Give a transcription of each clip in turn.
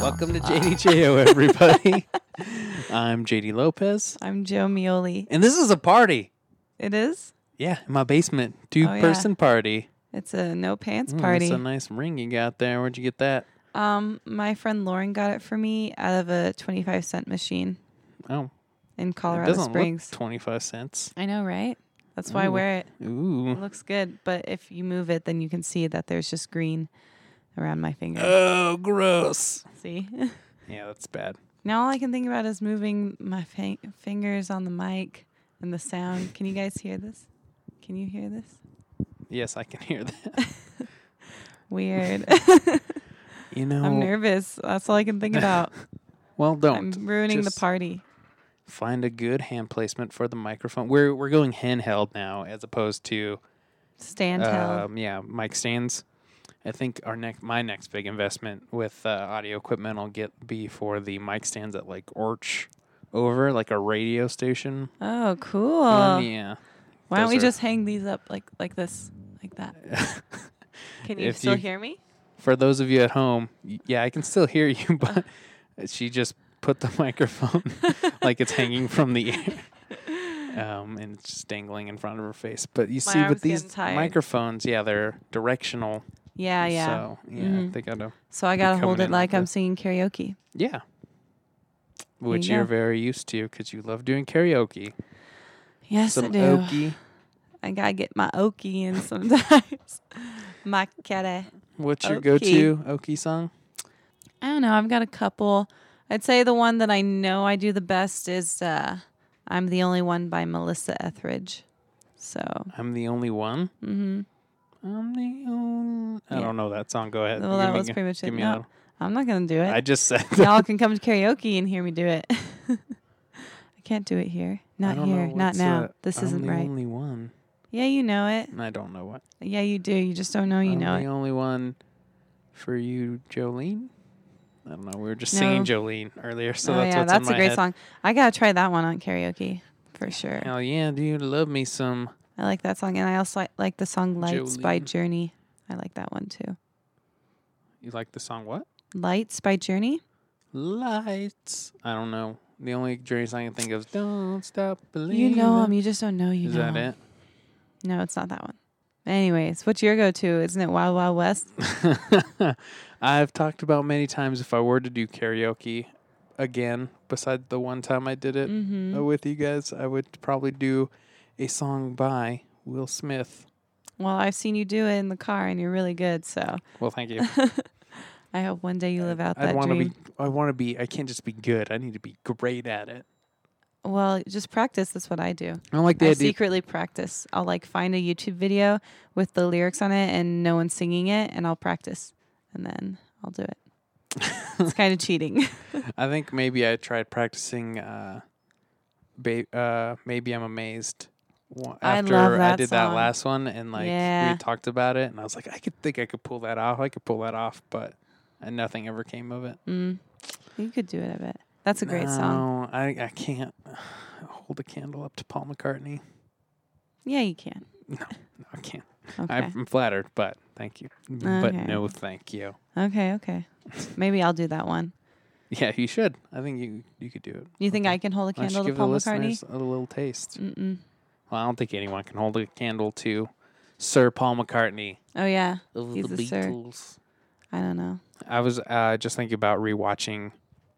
Welcome to JDJO, everybody. I'm JD Lopez, I'm Joe Mioli. and this is a party. It is? Yeah, in my basement, Oh, two-person party. It's a no pants Mm, party. That's a nice ring you got there. Where'd you get that? Um, my friend Lauren got it for me out of a 25 cent machine Oh, in it Colorado doesn't Springs. look twenty-five cents. I know, right? That's why I Ooh. wear it. It Ooh. looks good, but if you move it, then you can see that there's just green around my finger. Oh, gross. see? Yeah, that's bad. now all I can think about is moving my fin- fingers on the mic and the sound. Can you guys hear this? Can you hear this? Yes, I can hear that. Weird. You know, I'm nervous. That's all I can think about. well, don't. I'm ruining Just the party. Find a good hand placement for the microphone. We're we're going handheld now, as opposed to Stand held. um, yeah, mic stands. I think our next, my next big investment with uh, audio equipment will get be for the mic stands at like Orch over, like a radio station. Oh, cool. Um, yeah. Why don't those we are- just hang these up like like this, like that? Can you If still you- hear me? For those of you at home, y- yeah, I can still hear you, Uh. but she just put the microphone like it's hanging from the air. Um, and it's just dangling in front of her face. But you My see, arm's with these getting tired. microphones, yeah, they're directional. Yeah, Mm-hmm. yeah. So, yeah, they gotta. So, I gotta coming hold it in like like I'm this. singing karaoke. Yeah. Which you you are go. very used to because you love doing karaoke. Yes, I Some do. oaky. I gotta get my okie in sometimes. my kitty. What's your Oaky. go to oaky song? I don't know. I've got a couple. I'd say the one that I know I do the best is uh, "I'm the Only One" by Melissa Etheridge. So I'm the only one. Mm-hmm. I'm the only. I Yeah. don't know that song. Go ahead. well, You that make was it- pretty much it. give me No, that. I'm not gonna do it. I just said. y'all can come to karaoke and hear me do it. I can't do it here. I Not don't here. know Not what's, now. uh, this I'm isn't the right. Only one. Yeah, you know it. I don't know what. Yeah, you do. You just don't know you I'm know the it. only one for you, Jolene. I don't know. We were just singing No. Jolene earlier, so oh that's yeah, what's that's in my a great head. song. I gotta try that one on karaoke for sure. Hell yeah, do you love me some? I like that song, and I also like, like the song "Lights" by Jolene. Journey. I like that one too. You like the song what? "Lights" by Journey. Lights. I don't know. The only Journey song I can think of is "Don't Stop You Believing." know them. You just don't know you Is know that 'em. it? No, it's not that one. Anyways, what's your go-to? Isn't it Wild Wild West? I've talked about many times if I were to do karaoke again, besides the one time I did it Mm-hmm. uh, with you guys, I would probably do a song by Will Smith. well, I've seen you do it in the car, and you're really good. So Well, thank you. I hope one day you live out I that want to dream. be. I want to be. I can't just be good. I need to be great at it. Well, just practice. That's what I do. I don't like the I idea. secretly practice. I'll like find a YouTube video with the lyrics on it and no one's singing it, and I'll practice, and then I'll do it. it's kind of cheating. I think maybe I tried practicing. Uh, ba- uh, maybe I'm amazed. wa- I After love that did song. that last one, and like Yeah. we talked about it, and I was like, I could think I could pull that off. I could pull that off, but and nothing ever came of it. you could do it. I bet that's a great song. No, I I can't hold a candle up to Paul McCartney. Yeah, you can. No, I can't. Okay. I'm flattered, but thank you. But Okay. no, thank you. okay. Okay. Maybe I'll do that one. Yeah, you should. I think you you could do it. You think I can hold a Why don't you candle to give Paul the McCartney? listeners a little taste? Mm-mm. Well, I don't think anyone can hold a candle to Sir Paul McCartney Oh yeah, of He's the a sir. Beatles. I don't know. I was uh, just thinking about rewatching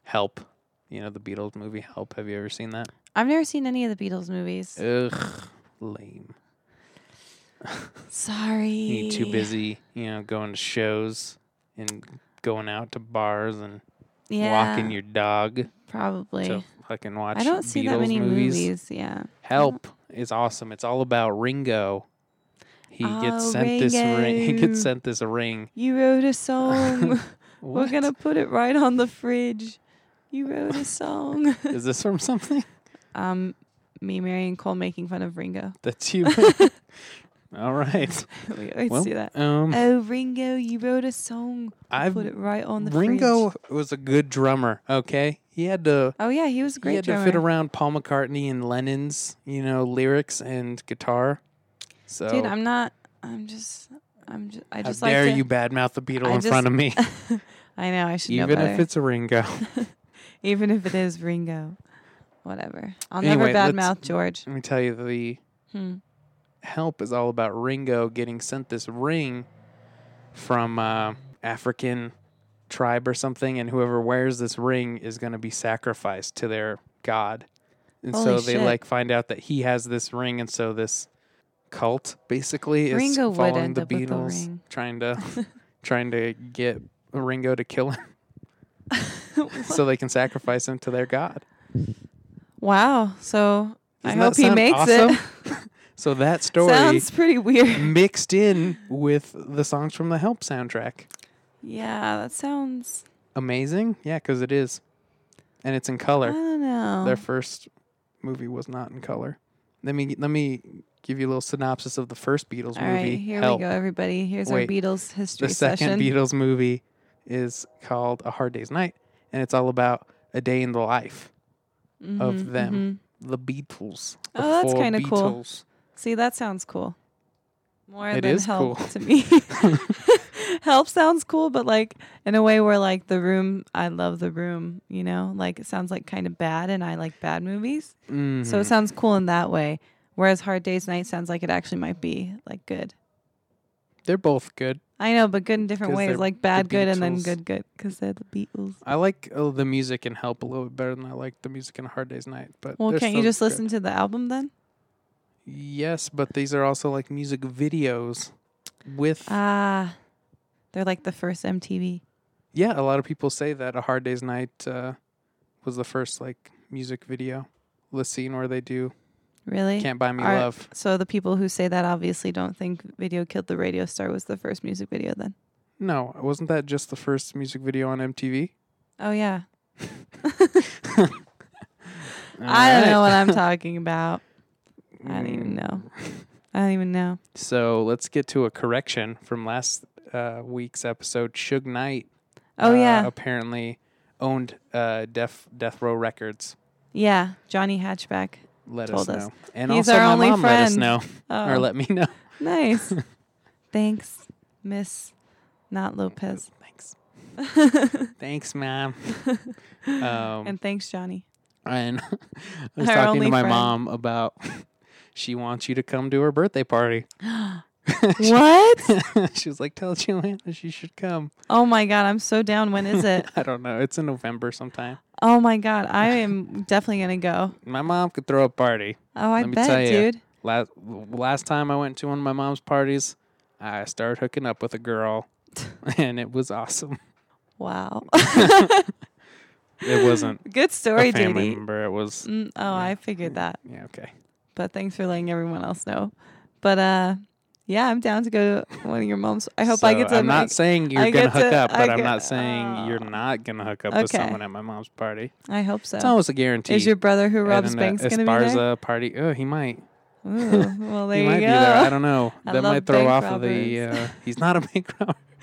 Help. You know the Beatles movie Help. Have you ever seen that? I've never seen any of the Beatles movies. Ugh, lame. Sorry. You too busy, you know, going to shows and going out to bars and Yeah, walking your dog probably. to fucking watch. I don't see that Beatles many movies. movies. Yeah. Help is awesome. It's all about Ringo. He Oh, gets sent this ring. He Ringo. gets sent this ring. You wrote a song. We're What? gonna put it right on the fridge. You wrote a song. Is this from something um, me, Mary, and Cole making fun of Ringo. that you? All right. We always Well, do that. um, oh, Ringo, you wrote a song. I've- I've put it right on the Ringo fridge. was a good drummer. Okay, he had to. Oh yeah, he was a he great had drummer. to fit around Paul McCartney and Lennon's, you know, lyrics and guitar. So Dude, I'm not. I'm just. I'm just. I how just like. dare to- you badmouth the Beatle I in front just- of me? I know. I should know Even better. if it's a Ringo. Even if it is Ringo, whatever. I'll Anyway, never let's- badmouth George. Let me tell you, the Hmm. help is all about Ringo getting sent this ring from uh, African tribe or something, and whoever wears this ring is going to be sacrificed to their god. And so Holy they shit. like find out that he has this ring, and so this cult basically is Ringo would following end the up with a Beatles, ring. trying to trying to get Ringo to kill him, so they can sacrifice him to their god. Wow. So Doesn't I that hope he sound makes it. awesome? so that story Sounds pretty weird. mixed in with the songs from the Help soundtrack. Yeah, that sounds. Amazing, yeah, because it is, and it's in I color. don't know. Their first movie was not in color. Let me let me give you a little synopsis of the first Beatles All movie. right, here Help. we go, everybody. Here's Wait. our Beatles history The second session. Beatles movie is called A Hard Day's Night, and it's all about a day in the life of them, the Beatles. the Mm-hmm, Oh, that's four kinda cool. Beatles. See, that sounds cool. More It than is help cool. to me. help sounds cool, but like in a way where like the room, I love the room. You know, like it sounds like kind of bad, and I like bad movies, Mm-hmm. so it sounds cool in that way. Whereas Hard Day's Night sounds like it actually might be like good. They're both good. I know, but good in different 'Cause they're ways, like the bad good and then Beatles. good good, because they're the Beatles. I like uh, the music in Help a little bit better than I like the music in A Hard Day's Night. But Well, they're can't you still just good. listen to the album then? Yes, but these are also like music videos with Ah, they're like the first MTV. yeah. A lot of people say that a Hard Day's Night uh, was the first like music video. The scene where they do Really? "Can't Buy Me Are- Love." So the people who say that obviously don't think "Video Killed the Radio Star" was the first music video. Then. No, wasn't that just the first music video on MTV? Oh yeah. I don't know what I'm talking about. I don't even Mm. know. I don't even know. So let's get to a correction from last uh, week's episode. Suge Knight. Oh uh, yeah, Apparently owned uh, Def Death Row Records. yeah. Johnny Hatchback. Let us Told us. know, and He's also our my only mom let us friend. know Oh, or let me know. nice. Thanks, Miss, not Lopez. Thanks. Thanks, ma'am. Um, And thanks, Johnny. and I was Our talking to only my friend. mom about she wants you to come to her birthday party. What? she was like, "Tell Joanna she should come." oh my god, I'm so down. When is it? I don't know. It's in November sometime. Oh my god, I am definitely gonna go. My mom could throw a party. Oh, I Let me tell bet, you, dude. Last last time I went to one of my mom's parties, I started hooking up with a girl, and it was awesome. Wow. It wasn't Good story, a family JD. member. It was Mm, oh, I figured that. yeah okay. But thanks for letting everyone else know. But uh, yeah, I'm down to go to one of your mom's. I hope I So get to. I'm not make- saying you're I gonna get hook to- up, I but I'm get- Oh. not saying you're not gonna hook up with Okay. someone at my mom's party. I hope so. It's almost a guarantee. Is your brother who And robs an, uh, banks going to be Esparza there? party? Oh, he might. Ooh, well, there he you might go. be there. I don't know. I that love might throw bank off of the. robbers. Uh, he's not a bank robber.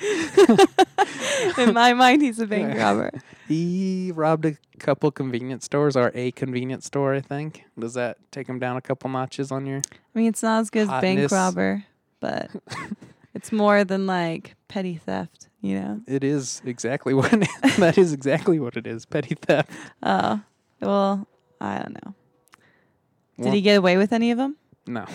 In my mind, he's a bank robber. He robbed a couple convenience stores or a convenience store, I think. Does that take him down a couple notches on your? I mean, it's not as good as bank Hotness. robber, but it's more than like petty theft, you know? It is exactly what it is. that is exactly what it is. Petty theft. Oh, well, I don't know. Did Well- he get away with any of them? No.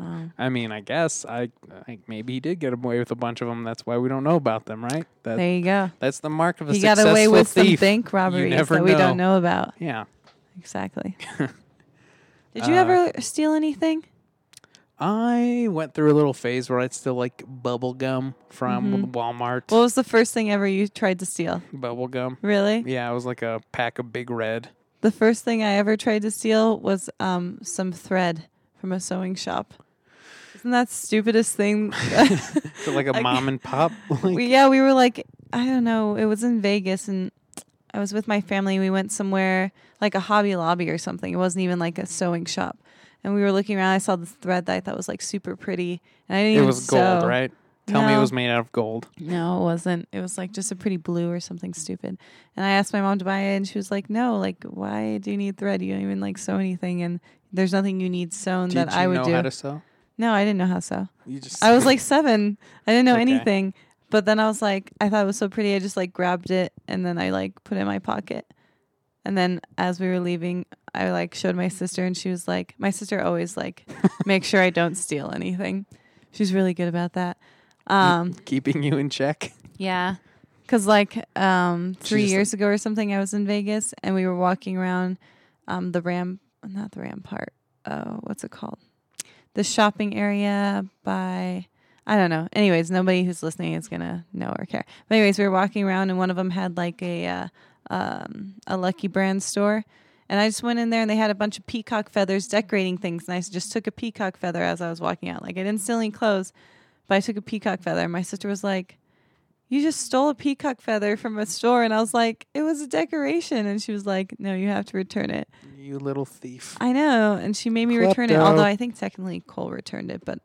Oh. I mean, I guess I, I maybe he did get away with a bunch of them. That's why we don't know about them, right? That, There you go. that's the mark of a He got successful away with some thief. bank You robberies that never we don't know about. Yeah. Exactly. Did you ever Uh, steal anything? I went through a little phase where I'd steal like bubble gum from Mm-hmm. Walmart. What was the first thing ever you tried to steal? bubble gum. Really? Yeah, it was like a pack of Big Red. The first thing I ever tried to steal was um, some thread from a sewing shop. Isn't that stupidest thing? So like a mom and pop. Like, we, yeah, we were like, I don't know, it was in Vegas and I was with my family. We went somewhere like a Hobby Lobby or something. It wasn't even like a sewing shop. And we were looking around. I saw this thread that I thought was like super pretty. And I didn't it even was gold, sew. right? Tell me it No. was made out of gold. No, it wasn't. It was like just a pretty blue or something stupid. And I asked my mom to buy it, and she was like, "No, like why do you need thread? You don't even like sew anything, and there's nothing you need sewn Did that you I would know do." how to sew? no, I didn't know how so. You just I was like seven. I didn't know Okay. anything. But then I was like, I thought it was so pretty. I just like grabbed it and then I like put it in my pocket. And then as we were leaving, I like showed my sister and she was like, my sister always like make sure I don't steal anything. She's really good about that. Um, keeping you in check. yeah. Cause like um three just years ago or something, I was in Vegas and we were walking around um the ram not the rampart. Oh, what's it called? The shopping area by I don't know. Anyways, nobody who's listening is gonna know or care. But anyways, we were walking around and one of them had like a uh, um, a Lucky Brand store, and I just went in there and they had a bunch of peacock feathers decorating things, and I s- just took a peacock feather as I was walking out. Like I didn't steal any clothes, but I took a peacock feather. My sister was like, "You just stole a peacock feather from a store," and I was like, "It was a decoration," and she was like, "No, you have to return it." You little thief. I know, and she made me return it. Klepto. Although I think technically Cole returned it, but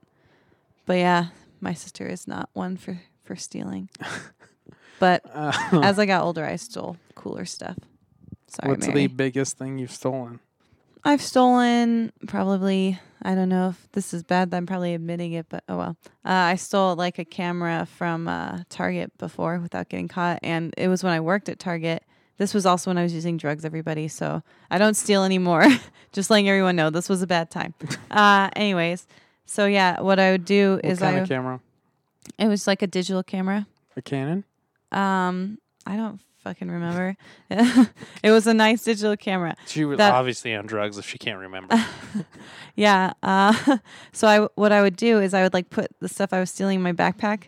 but yeah, my sister is not one for for stealing. but Uh, as I got older, I stole cooler stuff. Sorry, What's Mary. the biggest thing you've stolen? I've stolen probably I don't know if this is bad. that I'm probably admitting it, but oh well. Uh, I stole like a camera from uh, Target before without getting caught, and it was when I worked at Target. This was also when I was using drugs. Everybody, so I don't steal anymore. Just letting everyone know this was a bad time. Uh, anyways, so yeah, what I would do What is kind I of camera? it was like a digital camera. A Canon? Um, I don't fucking remember. it was a nice digital camera. She was That- obviously on drugs if she can't remember. Yeah. Uh, so I, what I would do is I would like put the stuff I was stealing in my backpack,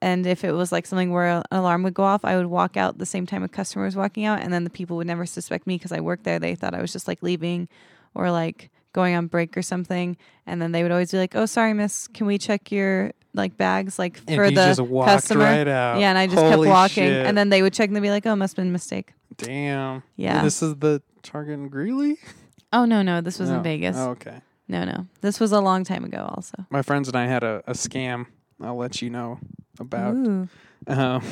and if it was like something where an alarm would go off, I would walk out the same time a customer was walking out, and then the people would never suspect me because I worked there. They thought I was just like leaving, or like going on break or something, and then they would always be like, "Oh, sorry, miss, can we check your like bags like And for you the just walked customer?" right out. Yeah, and I just Holy kept walking, shit. and then they would check and they'd be like, "Oh, must have been a mistake." Damn. Yeah. This is the Target in Greeley? Oh no, no, this was No. in Vegas. Oh, okay. No, no, this was a long time ago. Also, My friends and I had a, a scam I'll let you know about. Ooh. Um,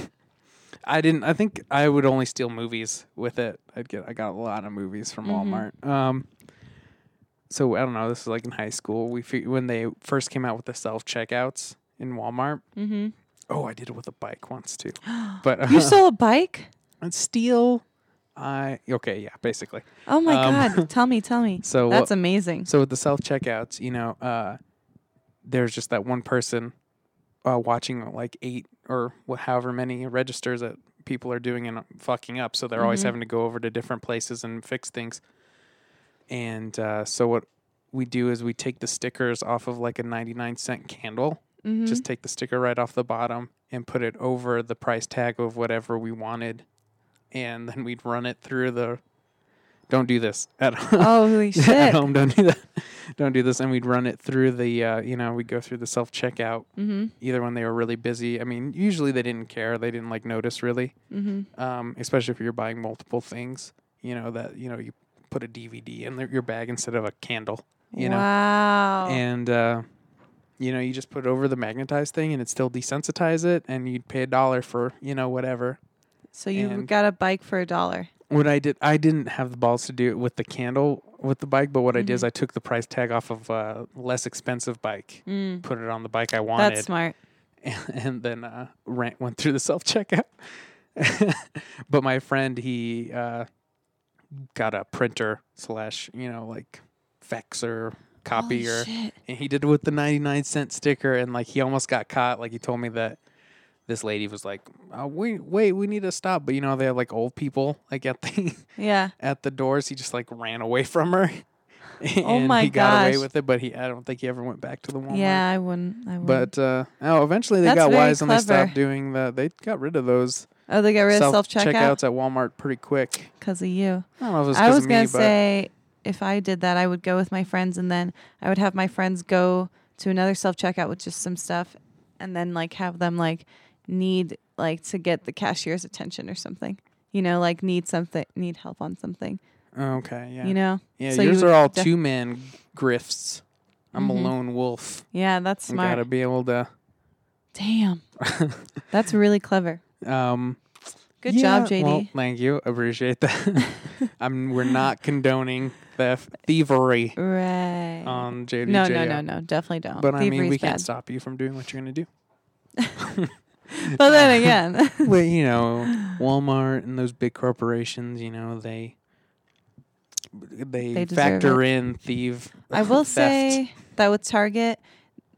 I didn't. I think I would only steal movies with it. I'd get. I got a lot of movies from Mm-hmm. Walmart. Um, so I don't know. This is like in high school. We fe- when they first came out with the self checkouts in Walmart. Mm-hmm. Oh, I did it with a bike once too. But uh, you stole a bike. steal. I okay. Yeah, basically. Oh my Um, god! Tell me, tell me. So, that's uh, amazing. So with the self checkouts, you know, uh, there's just that one person uh, watching like eight or wh- however many registers that people are doing and fucking up. So they're always having to go over to different places and fix things. And uh, so what we do is we take the stickers off of like a 99 cent candle, just take the sticker right off the bottom and put it over the price tag of whatever we wanted. and then we'd run it through the. Don't do this at Holy at shit. home. Don't do that. Don't do this. And we'd run it through the, uh, you know, we'd go through the self checkout. Mm-hmm. Either when they were really busy. I mean, usually they didn't care. They didn't like notice really. Mm-hmm. Um, especially if you're buying multiple things, you know, that, you know, you put a DVD in their, your bag instead of a candle, you know. wow. And, uh, you know, you just put it over the magnetized thing and it still desensitize it. And you'd pay a dollar for, you know, whatever. so you and- got a bike for a dollar. What I did, I didn't have the balls to do it with the candle with the bike, but what I did Mm. is I took the price tag off of a less expensive bike, put it on the bike I wanted, Mm. That's smart. and, and then uh, rent went through the self checkout. but my friend, he uh, got a printer slash, you know, like faxer Oh, copier, and he did it with the ninety nine cent sticker, and like he almost got caught. Like he told me that this lady was like, oh, "Wait, wait, we need to stop," but you know they have like old people like at the Yeah. at the doors. He just like ran away from her. and Oh my he got away gosh. with it, but he I don't think he ever went back to the Walmart. Yeah, I wouldn't. I wouldn't. But uh, oh, eventually they That's got very wise and they clever. stopped doing the. They got rid of those oh, they got rid of self checkouts checkout at Walmart pretty quick. because of you. I don't know if it was I 'cause was of gonna me, but say if I did that, I would go with my friends, and then I would have my friends go to another self checkout with just some stuff, and then like have them like need like to get the cashier's attention or something. You know, like need something, need help on something. okay, yeah, You know. yeah. you yours would are all def- two man grifts. I'm a lone wolf. Yeah, that's I gotta smart. be able to. Damn, that's really clever. Um, Good yeah, job, JD. Well, thank you. Appreciate that. I'm. We're not condoning theft, thievery right. on JDJ. no, no, no, no, definitely don't. Um, uh, But I mean, Thievery's we can't bad. stop you from doing what you're gonna do. But then again, well, you know, Walmart and those big corporations, you know, they they, They deserve factor in thief. I will theft. say that with Target,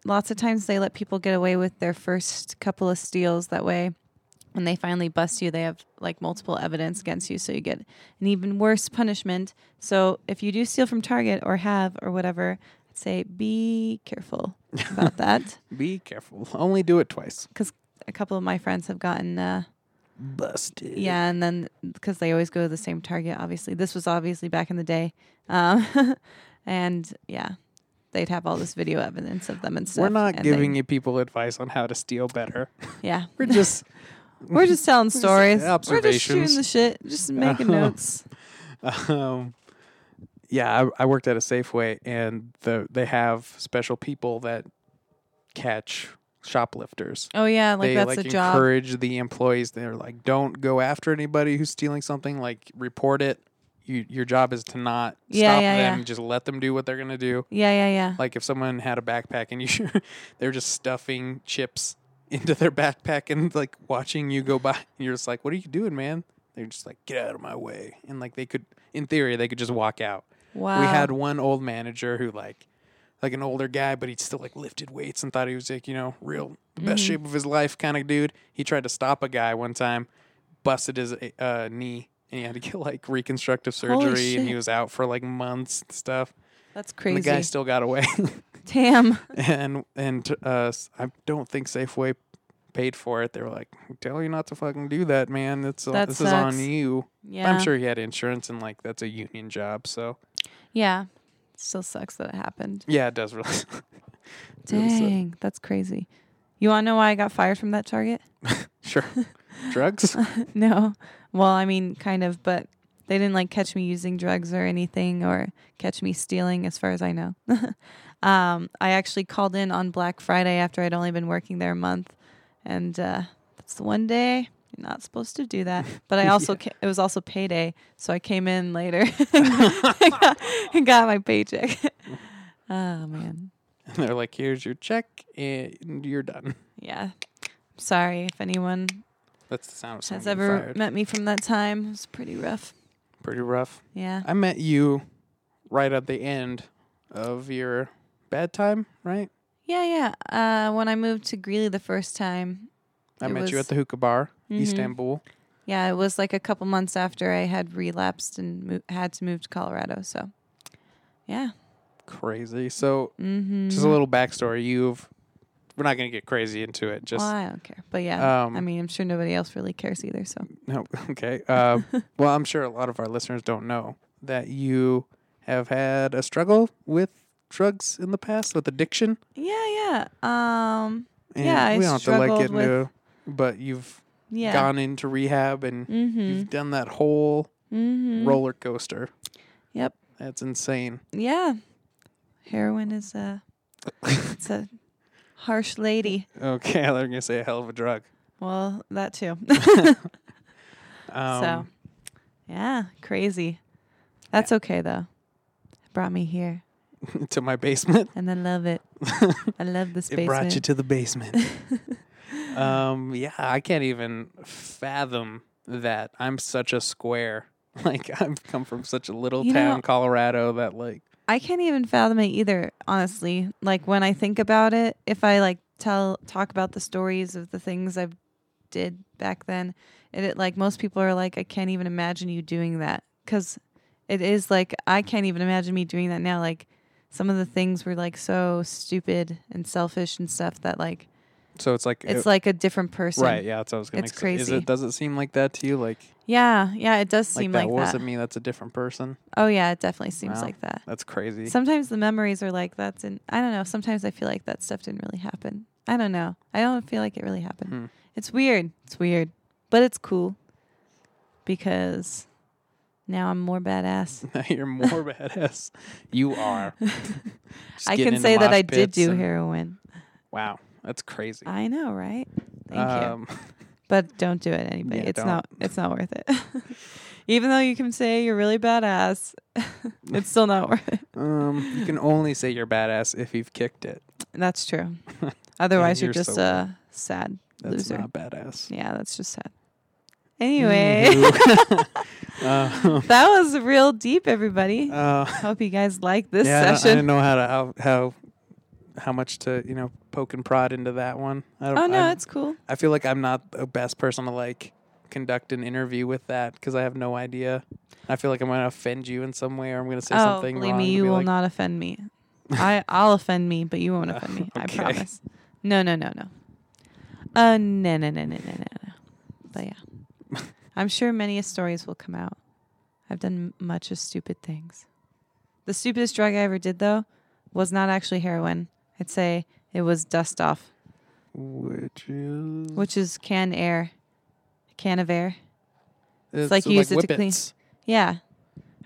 lots of times they let people get away with their first couple of steals. That way, when they finally bust you, they have like multiple evidence against you, so you get an even worse punishment. So if you do steal from Target or have or whatever, I'd say be careful about that be careful. Only do it twice. because a couple of my friends have gotten. Uh, Busted. yeah, and then because they always go to the same Target, obviously. This was obviously back in the day. Um, and yeah, they'd have all this video evidence of them and stuff. We're not and giving they- you people advice on how to steal better. Yeah. We're just We're just telling stories. We're just observations. Uh-huh. shooting the shit, just making notes. um, yeah, I, I worked at a Safeway, and the they have special people that catch shoplifters. Oh, yeah, like they that's like a job. encourage the employees. They're like, don't go after anybody who's stealing something. Like report it. You, your job is to not Yeah, stop yeah, them. yeah. Just let them do what they're gonna do. yeah, yeah, yeah. Like if someone had a backpack and you, they're just stuffing chips into their backpack and like watching you go by. And you're just like, what are you doing, man? They're just like, get out of my way. And like they could, in theory, they could just walk out. wow. We had one old manager who like like an older guy, but he still like lifted weights and thought he was like, you know, real the best Mm-hmm. shape of his life kind of dude. He tried to stop a guy one time, busted his uh, knee and he had to get like reconstructive Holy surgery and he shit. was out for like months and stuff. that's And crazy. the guy still got away. Damn. and and uh I don't think Safeway paid for it. They were like, "Tell you not to fucking do that, man. That's That this is on sucks. you." Yeah. I'm sure he had insurance and like that's a union job, so Yeah. Still sucks that it happened. yeah, it uh, does really Really suck. Dang, that's crazy. You want to know why I got fired from that Target? Sure. Drugs? No. Well, I mean, kind of, but they didn't like catch me using drugs or anything or catch me stealing, as far as I know. um, I actually called in on Black Friday after I'd only been working there a month. And uh, that's the one day you're not supposed to do that. But I also, ca- it was also payday. So I came in later and, got, and got my paycheck. oh, man. And they're like, here's your check and you're done. Yeah. Sorry if anyone That's the sound of someone has getting ever fired. met me from that time. It was pretty rough. Pretty rough. Yeah. I met you right at the end of your bad time, right? Yeah, yeah. Uh, when I moved to Greeley the first time, I It met you was- Mm-hmm. at the hookah bar, Istanbul. yeah, it was like a couple months after I had relapsed and mo- had to move to Colorado. So, yeah, Mm-hmm. Crazy. So, just a little backstory. You've we're not going to get crazy into it. Just well, I don't care. But yeah, um, I mean, I'm sure nobody else really cares either. So No, okay. Uh, well, I'm sure a lot of our listeners don't know that you have had a struggle with drugs in the past, with addiction. yeah, yeah. Um, And yeah, I we don't have to like struggled get into, but you've yeah. Mm-hmm. gone into rehab and you've done that whole Mhm. roller coaster. Yep. That's insane. Yeah. Heroin is a it's a harsh lady. Okay, I was gonna say a hell of a drug. Well, that too. Um, so, yeah, crazy. That's okay though. It brought me here, to my basement. and I love it. I love this It brought you basement. to the basement. um, yeah, I can't even fathom that. I'm such a square. Like I've come from such a little You know- town, Colorado, that like I can't even fathom it either, honestly. Like when I think about it, if I like tell talk about the stories of the things I've did back then, it, it like most people are like, I can't even imagine you doing that because it is like I can't even imagine me doing that now. Like some of the things were like so stupid and selfish and stuff that like so it's like it's uh, like a different person. right. Yeah, that's what I was gonna. it's say. Is crazy. it does it seem like that to you? Like Yeah, yeah, it does like seem that like that. wasn't me. That's a different person. Oh yeah, it definitely seems Wow. like that. That's crazy. Sometimes the memories are like that's in I don't know, sometimes I feel like that stuff didn't really happen. I don't know. I don't feel like it really happened. Hmm. It's weird. It's weird. But it's cool. Because now I'm more badass. Now you're more badass. You are. Just I getting can into say that mosh I did pits do and- heroin. Wow, that's crazy. I know, right? Thank you. um, But don't do it anybody. Yeah, it's don't. not it's not worth it. Even though you can say you're really badass, it's still not worth it. um, you can only say you're badass if you've kicked it. That's true. Otherwise you're you're just sober. a sad That's loser. not badass. Yeah, that's just sad. Anyway, Uh, that was real deep, everybody. uh, Hope you guys like this yeah, I don't- I, session. didn't know how to how, how how much to you know poke and prod into that one. I don't. oh no, I'm- it's cool. I feel like I'm not the best person to like conduct an interview with that because I have no idea. I feel like I'm going to offend you in some way, or I'm going to say Oh, something believe wrong. me, and you be will like, not offend me. I I'll offend me, but you won't offend me. I okay. promise. No, no, no, no. Uh, no, no, no, no, no, no, no. But yeah, I'm sure many stories will come out. I've done m- much of stupid things. The stupidest drug I ever did, though, was not actually heroin. I'd say it was dust off. Which is which is canned air, a can of air. it's like you use it to clean- Whippets. Yeah,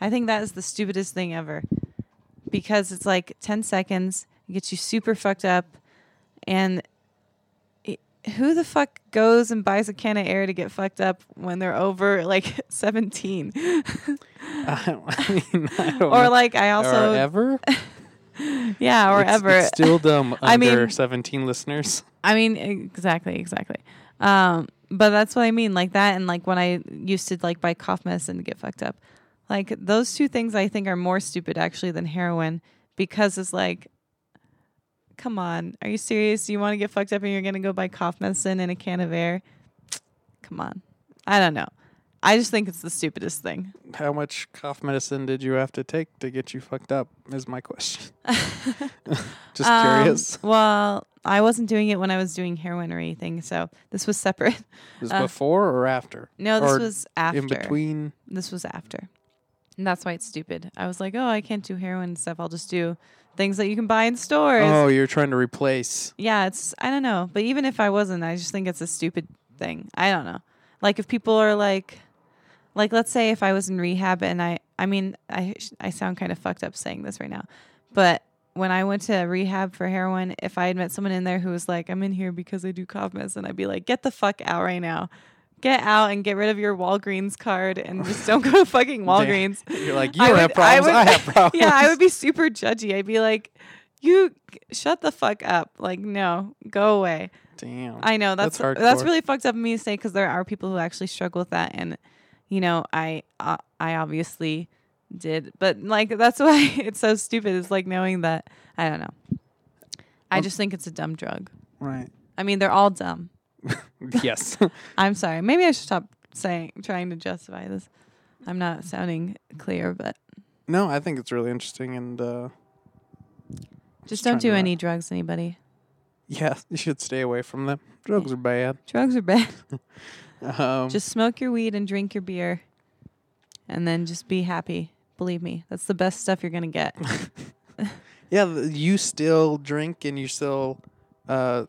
I think that is the stupidest thing ever, because it's like ten seconds, it gets you super fucked up, and it, who the fuck goes and buys a can of air to get fucked up when they're over like seventeen, I, don't, I mean, I don't or know. like I also or ever yeah or It's- ever it's still dumb under I mean- 17 listeners. I mean, exactly, exactly. Um, but that's what I mean, like that, and like when I used to like buy cough medicine to get fucked up, like those two things I think are more stupid actually than heroin because it's like, come on, are you serious? You want to get fucked up and you're gonna go buy cough medicine and a can of air? Come on, I don't know. I just think it's the stupidest thing. How much cough medicine did you have to take to get you fucked up? Is my question. Just Um, curious. Well, I wasn't doing it when I was doing heroin or anything, so this was separate. Was before or after? uh, No, this Or was after. in between. this was after. And that's why it's stupid. I was like, oh, I can't do heroin and stuff. I'll just do things that you can buy in stores. Oh, you're trying to replace. Yeah, it's, I don't know. But even if I wasn't, I just think it's a stupid thing. I don't know. Like, if people are like, like, let's say if I was in rehab and I, I mean, I, I sound kind of fucked up saying this right now, but when I went to rehab for heroin, if I had met someone in there who was like, I'm in here because I do cough medicine, I'd be like, get the fuck out right now. Get out and get rid of your Walgreens card and just don't go to fucking Walgreens. You're like, you don't have would- I problems. I, would- have problems. Yeah, I would be super judgy. I'd be like, you shut the fuck up. Like, no, go away. Damn. I know that's hard. that's, really fucked up of me to say because there are people who actually struggle with that, and you know, I uh, I obviously did, but like that's why it's so stupid. It's like knowing that I don't know. Um, I just think it's a dumb drug. right. I mean, they're all dumb. yes. I'm sorry. Maybe I should stop saying trying to justify this. I'm not sounding clear, but no, I think it's really interesting and uh, just trying don't do to- uh, any drugs, anybody. Yeah, you should stay away from them. Drugs are bad. Drugs are bad. Um, just smoke your weed and drink your beer, and then just be happy. Believe me, that's the best stuff you're gonna get. yeah, th- you still drink and you still uh,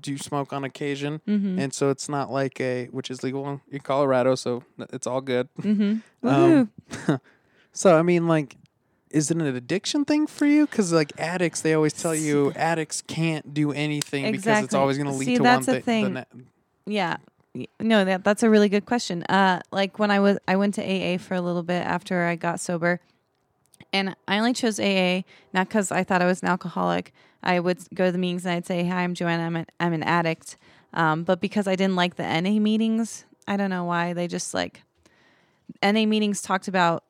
do smoke on occasion, Mm-hmm. and so it's not like a which is legal in- in Colorado, so n- it's all good. Mm-hmm. Um, Woohoo. So I mean, like, is it an addiction thing for you? Because like addicts, they always tell you addicts can't do anything because it's Exactly. always going to lead See, to that's one thi- the the thing. ne- Yeah. Y- No, that that's a really good question. Uh like when I was I went to AA for a little bit after I got sober. And I only chose AA not cuz I thought I was an alcoholic. I would go to the meetings and I'd say, "Hi, I'm Joanna. I'm an I'm an addict." Um, but because I didn't like the NA meetings, I don't know why they just like NA meetings talked about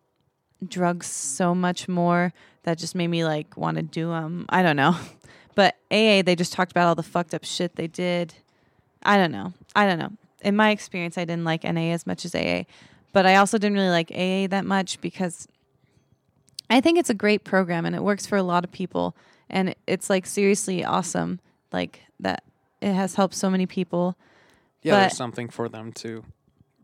drugs so much more that just made me like want to do them. I don't know. But AA, they just talked about all the fucked up shit they did. I don't know. I don't know. In my experience, I didn't like NA as much as AA, but I also didn't really like AA that much because I think it's a great program and it works for a lot of people. And it's like seriously awesome, like that it has helped so many people. yeah, but- there's something for them to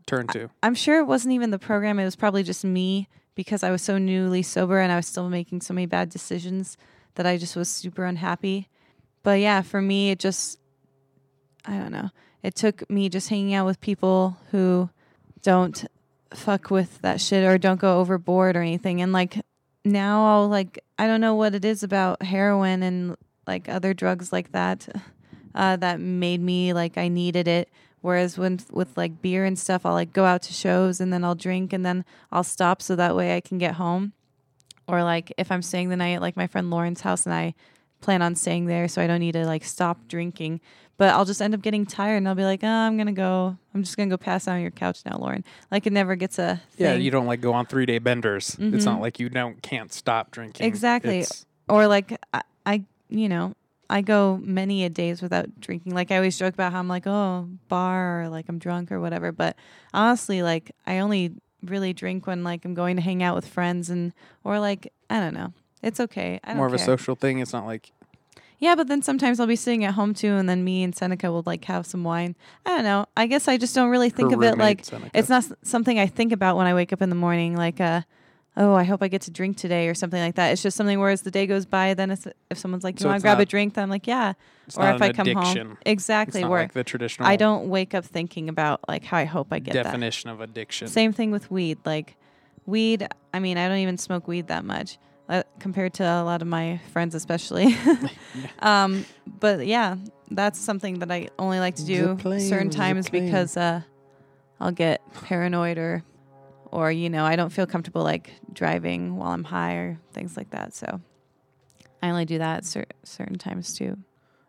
turn to. I'm sure it wasn't even the program. It was probably just me because I was so newly sober and I was still making so many bad decisions that I just was super unhappy. But yeah, for me, it just, I don't know. It took me just hanging out with people who don't fuck with that shit or don't go overboard or anything. And like now I'll like, I don't know what it is about heroin and like other drugs like that uh, that made me like I needed it. Whereas when with like beer and stuff, I'll like go out to shows and then I'll drink and then I'll stop so that way I can get home. Or like if I'm staying the night at like my friend Lauren's house and I plan on staying there, so I don't need to like stop drinking. But I'll just end up getting tired and I'll be like, oh, I'm gonna go. I'm just gonna go pass out on your couch now, Lauren. Like it never gets a Yeah, thing. you don't like go on three day benders. It's not like you don't can't stop drinking. Mm-hmm. Exactly. It's- or like I, I you know i go many a days without drinking like i always joke about how i'm like oh bar or like i'm drunk or whatever but honestly like i only really drink when like i'm going to hang out with friends and or like i don't know it's okay I don't more of a care. social thing. It's not like yeah but then sometimes i'll be sitting at home too and then me and seneca will like have some wine i don't know i guess i just don't really think of it roommate, like Seneca. it's not s- something i think about when i wake up in the morning like uh oh, I hope I get to drink today or something like that. It's just something where as the day goes by, then it's, if someone's like, you So want it's to grab a not- drink, then I'm like, yeah. it's Or not if an I come addiction. home. it's Exactly. not Where like the traditional I don't wake up thinking about like how I hope I get that. definition of addiction. Same thing with weed. Like weed, I mean, I don't even smoke weed that much uh, compared to a lot of my friends, especially. um, but yeah, that's something that I only like to The do plane, certain the times plane. because uh, I'll get paranoid or, or you know, I don't feel comfortable like driving while I'm high or things like that. So I only do that cer- certain times too.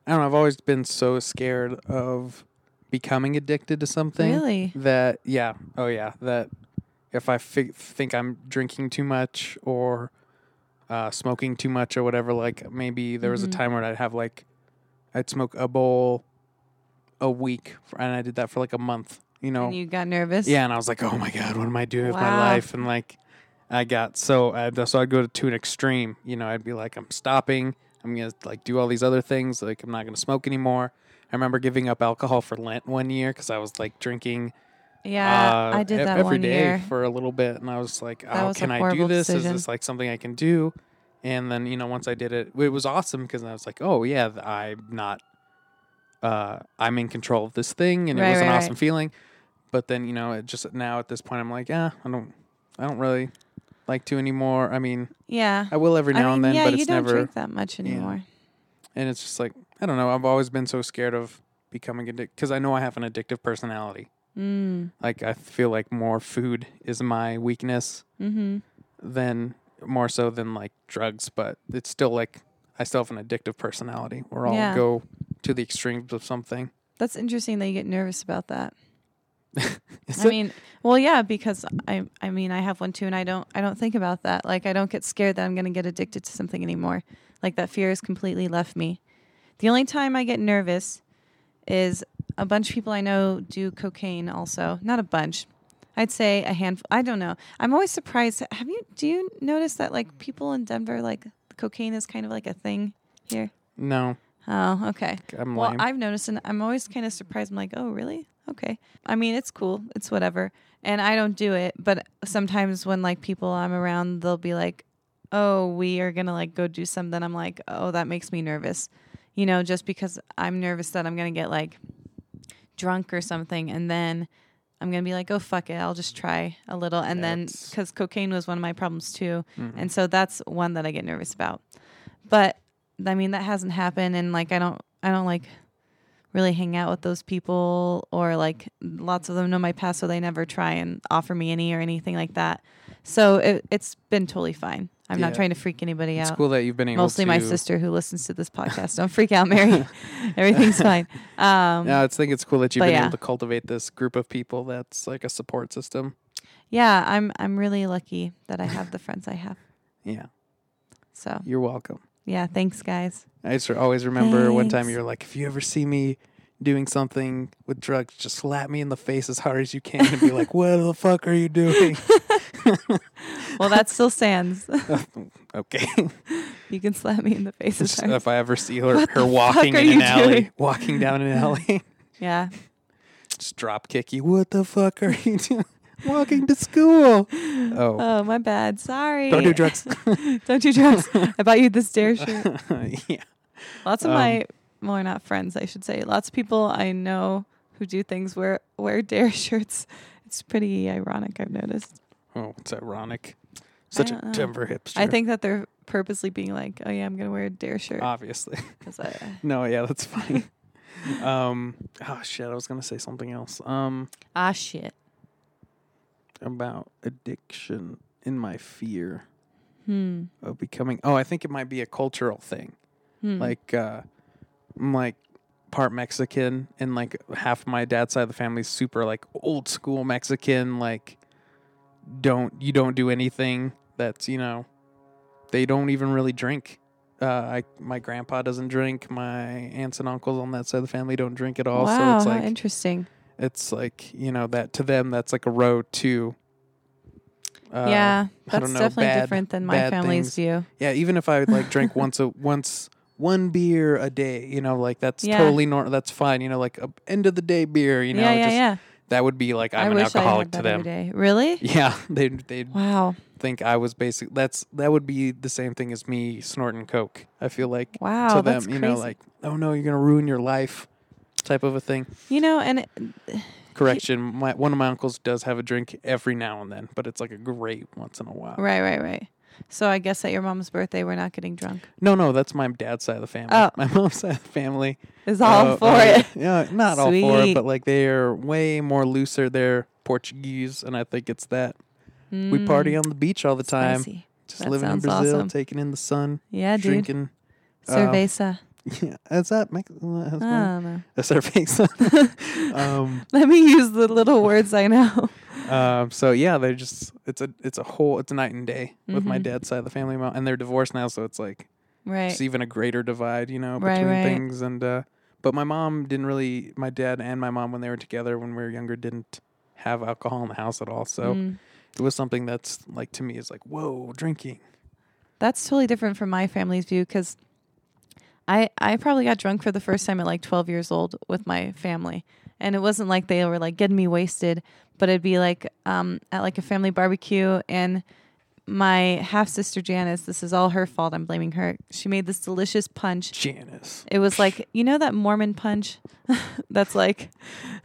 I don't know. I've always been so scared of becoming addicted to something. Really? That, yeah. Oh, yeah. That if I fig- think I'm drinking too much or uh, smoking too much or whatever, like maybe there was a Mm-hmm. time when I'd have like, I'd smoke a bowl a week for, and I did that for like a month, you know? And you got nervous. Oh. yeah. And I was like, oh my God, what am I doing with my Wow. life? And like, I got so, I, so I'd go to, to an extreme, you know, I'd be like, I'm stopping. I'm going to like do all these other things. Like, I'm not going to smoke anymore. I remember giving up alcohol for Lent one year because I was like drinking Yeah, uh, I did ev- that every one day year. for a little bit, and I was like, "Oh, was a can I do horrible this? decision. Is this like something I can do?" And then you know, once I did it, it was awesome because I was like, "Oh yeah, th- I'm not, uh, I'm in control of this thing," and it Right, was an right, right. awesome feeling. But then you know, it just now at this point, I'm like, "Yeah, I don't, I don't really like to anymore." I mean, yeah. I will every now and then, yeah, but you it's don't never. drink that much anymore. And it's just like I don't know. I've always been so scared of becoming addicted because I know I have an addictive personality. Mm. like I feel like more food is my weakness Mhm. than more so than like drugs, but it's still like I still have an addictive personality where I'll Yeah. go to the extremes of something. That's interesting that you get nervous about that. Is I it- mean, well, yeah, because I, I mean, I have one too, and I don't, I don't think about that. Like, I don't get scared that I'm going to get addicted to something anymore. Like that fear has completely left me. The only time I get nervous is a bunch of people I know do cocaine. Also, not a bunch. I'd say a handful. I don't know. I'm always surprised. Have you? Do you notice that like people in Denver like cocaine is kind of like a thing here? no, Oh, okay. I'm well, lame. I've noticed, and I'm always kind of surprised. I'm like, oh, really? Okay. I mean, it's cool. It's whatever. And I don't do it, but sometimes when like people I'm around, they'll be like, oh, we are gonna like go do something. I'm like, oh, that makes me nervous. You know, just because I'm nervous that I'm gonna get like drunk or something, and then I'm gonna be like, oh, fuck it, I'll just try a little, and then That's- because cocaine was one of my problems too, and so that's one that I get nervous about. But I mean, that hasn't happened, and like I don't, I don't like really hang out with those people or like lots of them know my past so they never try and offer me any or anything like that so it, it's been totally fine i'm Yeah. not trying to freak anybody It's out cool that you've been able mostly to. my sister who listens to this podcast don't freak out mary everything's fine um, Yeah, I think it's cool that you've But been yeah. able to cultivate this group of people that's like a support system. yeah i'm i'm really lucky that i have the friends i have Yeah, so you're welcome. yeah thanks guys I just always remember one time Thanks. you were like, if you ever see me doing something with drugs, just slap me in the face as hard as you can and be like, what the fuck are you doing? well that still stands okay. you can slap me in the face as Just hard as- if I ever see her, her walking are in an you alley, doing? walking down an alley, yeah just drop kick you. What the fuck are you doing? walking to school. Oh, oh my bad sorry don't do drugs. don't do drugs i bought you this dare shirt yeah. Lots Um, of my well, not friends, I should say. Lots of people I know who do things wear wear dare shirts. It's pretty ironic, I've noticed. Oh, it's ironic. Such a don't know. Denver hipster. Uh, I think that they're purposely being like, "Oh yeah, I'm gonna wear a dare shirt." Ah. obviously. 'cause I, No, yeah, that's funny. um, oh shit, I was gonna say something else. Um, ah shit. about addiction and my fear of becoming. Oh, I think it might be a cultural thing. Like, uh, I'm like part Mexican, and like half my dad's side of the family's super like old school Mexican. Like, don't you don't do anything that's you know, they don't even really drink. Uh, I my grandpa doesn't drink. My aunts and uncles on that side of the family don't drink at all. so wow, it's how like interesting. it's like you know that to them that's like a road to uh, yeah, I that's don't know, definitely bad- different than my bad family's things. view. yeah even if i would like drink once a once one beer a day you know like that's Yeah. totally normal that's fine you know like a end of the day beer you know yeah, yeah, just, yeah. that would be like i'm I an wish I alcoholic had to that them every day. Really? yeah they they Wow. think i was basic that's that would be the same thing as me snorting coke i feel like Wow, to them that's you know crazy. like oh no you're gonna ruin your life type of a thing You know, and it, Correction, my, one of my uncles does have a drink every now and then, but it's like a great once in a while. right, right, right. So I guess at your mom's birthday, we're not getting drunk. No, no, that's my dad's side of the family. Oh. My mom's side of the family Is all uh, for uh, it. Yeah, not all for it, Sweet. but like they're way more looser. They're Portuguese, and I think it's that we party on the beach all the time, Mm. Spicy. just That living in sounds Brazil, awesome. taking in the sun, Yeah, dude. drinking. um, Cerveza. yeah, is that Mex- uh, I don't know. a cerveza? um, Let me use the little words I know. Um, so yeah, they're just it's a it's a whole it's night and day with my dad's side of the family, mo- and they're divorced now, so it's like Mm-hmm. Right. it's even a greater divide, you know, Right, between right. things. And uh, but my mom didn't really, my dad and my mom when they were together when we were younger didn't have alcohol in the house at all, so Mm. it was something that's like to me is like whoa drinking. That's totally different from my family's view because I I probably got drunk for the first time at like 12 years old with my family, and it wasn't like they were like getting me wasted, but it'd be like um, at like a family barbecue and. My half sister Janice, this is all her fault. I'm blaming her. She made this delicious punch. Janice, It was like, you know, that Mormon punch that's like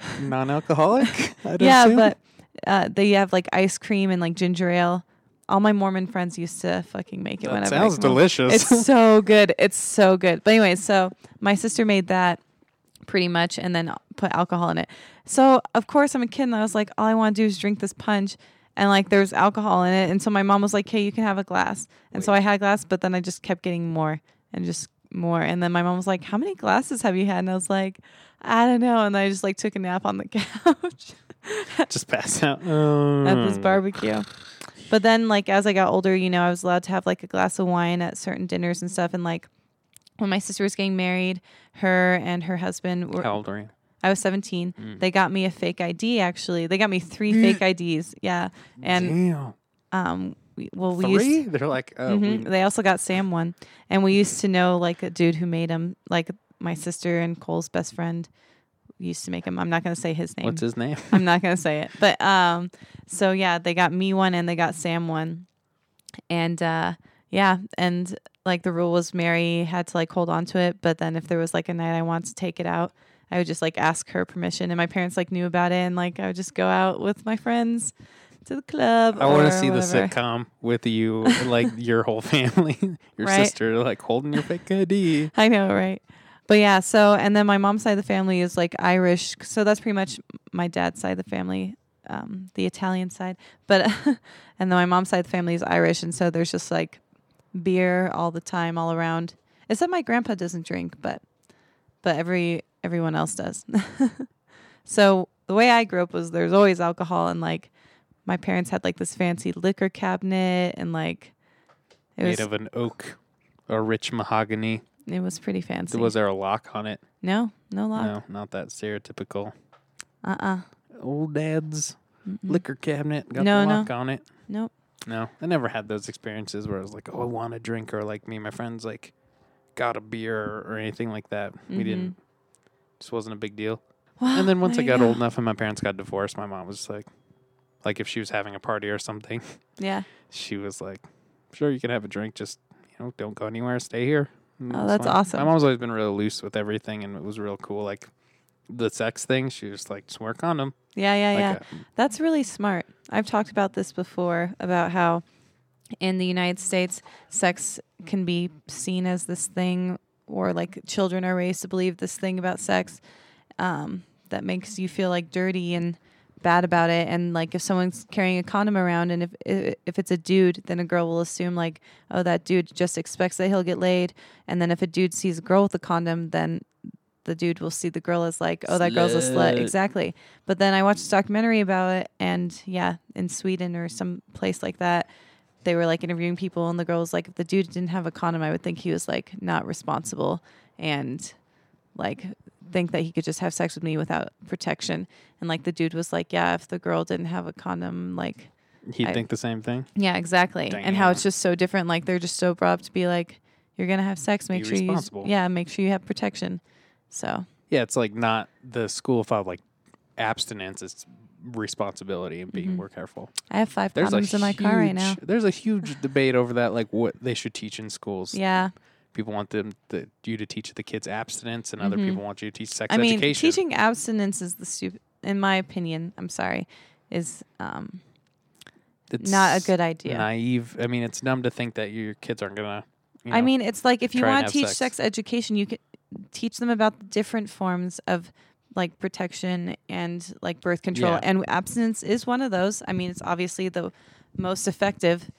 non-alcoholic. I'd yeah, assume? but uh, they have like ice cream and like ginger ale. All my Mormon friends used to fucking make it That whenever. I sounds come home. delicious. It's so good. It's so good. But anyway, so my sister made that pretty much and then put alcohol in it. So, of course, I'm a kid and I was like, all I want to do is drink this punch. And like there was alcohol in it. And so my mom was like, hey, you can have a glass. And so I had a glass, but then I just kept getting more and just more. And then my mom was like, how many glasses have you had? And I was like, I don't know. And I just like took a nap on the couch. just pass out. at Um, this barbecue. But then, like, as I got older, you know, I was allowed to have like a glass of wine at certain dinners and stuff. And like, when my sister was getting married, her and her husband were. How Hmm. old are you? I was 17. They got me a fake ID, actually. They got me three fake IDs. Yeah. And, Damn, um, we, well, we used. Mm-hmm. Mm. three. They're like, oh, Mhm. They also got Sam one, and we used to know like a dude who made him like my sister and Cole's best friend used to make them. I'm not going to say his name. What's his name? I'm not gonna say it. But um, so yeah, they got me one and they got Sam one, and uh, yeah, and like the rule was Mary had to like hold on to it, but then if there was like a night I wanted to take it out, I would just like ask her permission, and my parents like knew about it, and like I would just go out with my friends to the club. I want or to see the whatever. sitcom with you, like your whole family, your Right. sister, like holding your fake ID. I know, right? But yeah, so and then my mom's side of the family is like Irish, so that's pretty much my dad's side of the family, um, the Italian side. But and then my mom's side of the family is Irish, and so there's just like beer all the time, all around. Except my grandpa doesn't drink, but but every everyone else does. so the way I grew up was there's always alcohol, and like my parents had like this fancy liquor cabinet, and like it Made was of an oak, a rich mahogany. it was pretty fancy. Was there a lock on it? no no lock. Uh-uh. No, not that stereotypical. Uh uh Old dad's liquor cabinet got No, the no. lock on it. Nope. No, I never had those experiences where I was like, oh, I want a drink, or like me and my friends like got a beer or, or anything like that. Mm-hmm. We didn't. Just wasn't a big deal. and then once I there you got go. old enough and my parents got divorced, my mom was just like, like if she was having a party or something, Yeah. she was like, sure, you can have a drink, just you know, don't go anywhere, stay here. And it Oh, was that's awesome. My mom's always been really loose with everything, and it was real cool. Like the sex thing, she was like, just wear a condom. Yeah, yeah, Like yeah. that. That's really smart. I've talked about this before about how in the United States, sex can be seen as this thing, or like children are raised to believe this thing about sex um, that makes you feel like dirty and bad about it. And like if someone's carrying a condom around, and if i- if it's a dude, then a girl will assume like, oh, that dude just expects that he'll get laid. And then if a dude sees a girl with a condom, then the dude will see the girl as like, oh, that girl's a slut. Exactly. But then I watched this documentary about it, and yeah, in Sweden or some place like that, they were like interviewing people, and the girl was like, if the dude didn't have a condom, I would think he was like not responsible and like think that he could just have sex with me without protection. And like the dude was like, yeah, if the girl didn't have a condom, like, He'd I- think the same thing. yeah, exactly. And how Damn. it's just so different. Like they're just so brought up to be like, you're gonna have sex. Make Be sure you, responsible. yeah, make sure you have protection. So Yeah, it's like not the school of like abstinence. It's responsibility and being more careful. I have five There's Mm-hmm. condoms a in my car right now. huge- There's a huge debate over that, like what they should teach in schools. Yeah, people want them to, you to teach the kids abstinence, and other people want you to teach sex Mm-hmm. I mean, education. teaching abstinence is the stupid. In my opinion, I'm sorry, is um it's not a good idea. Naive. I mean, it's dumb to think that your kids aren't gonna. You know, I mean, it's like if you try and want have to teach sex. sex. education, you can teach them about the different forms of like protection and like birth control, Yeah. and abstinence is one of those. I mean, it's obviously the most effective.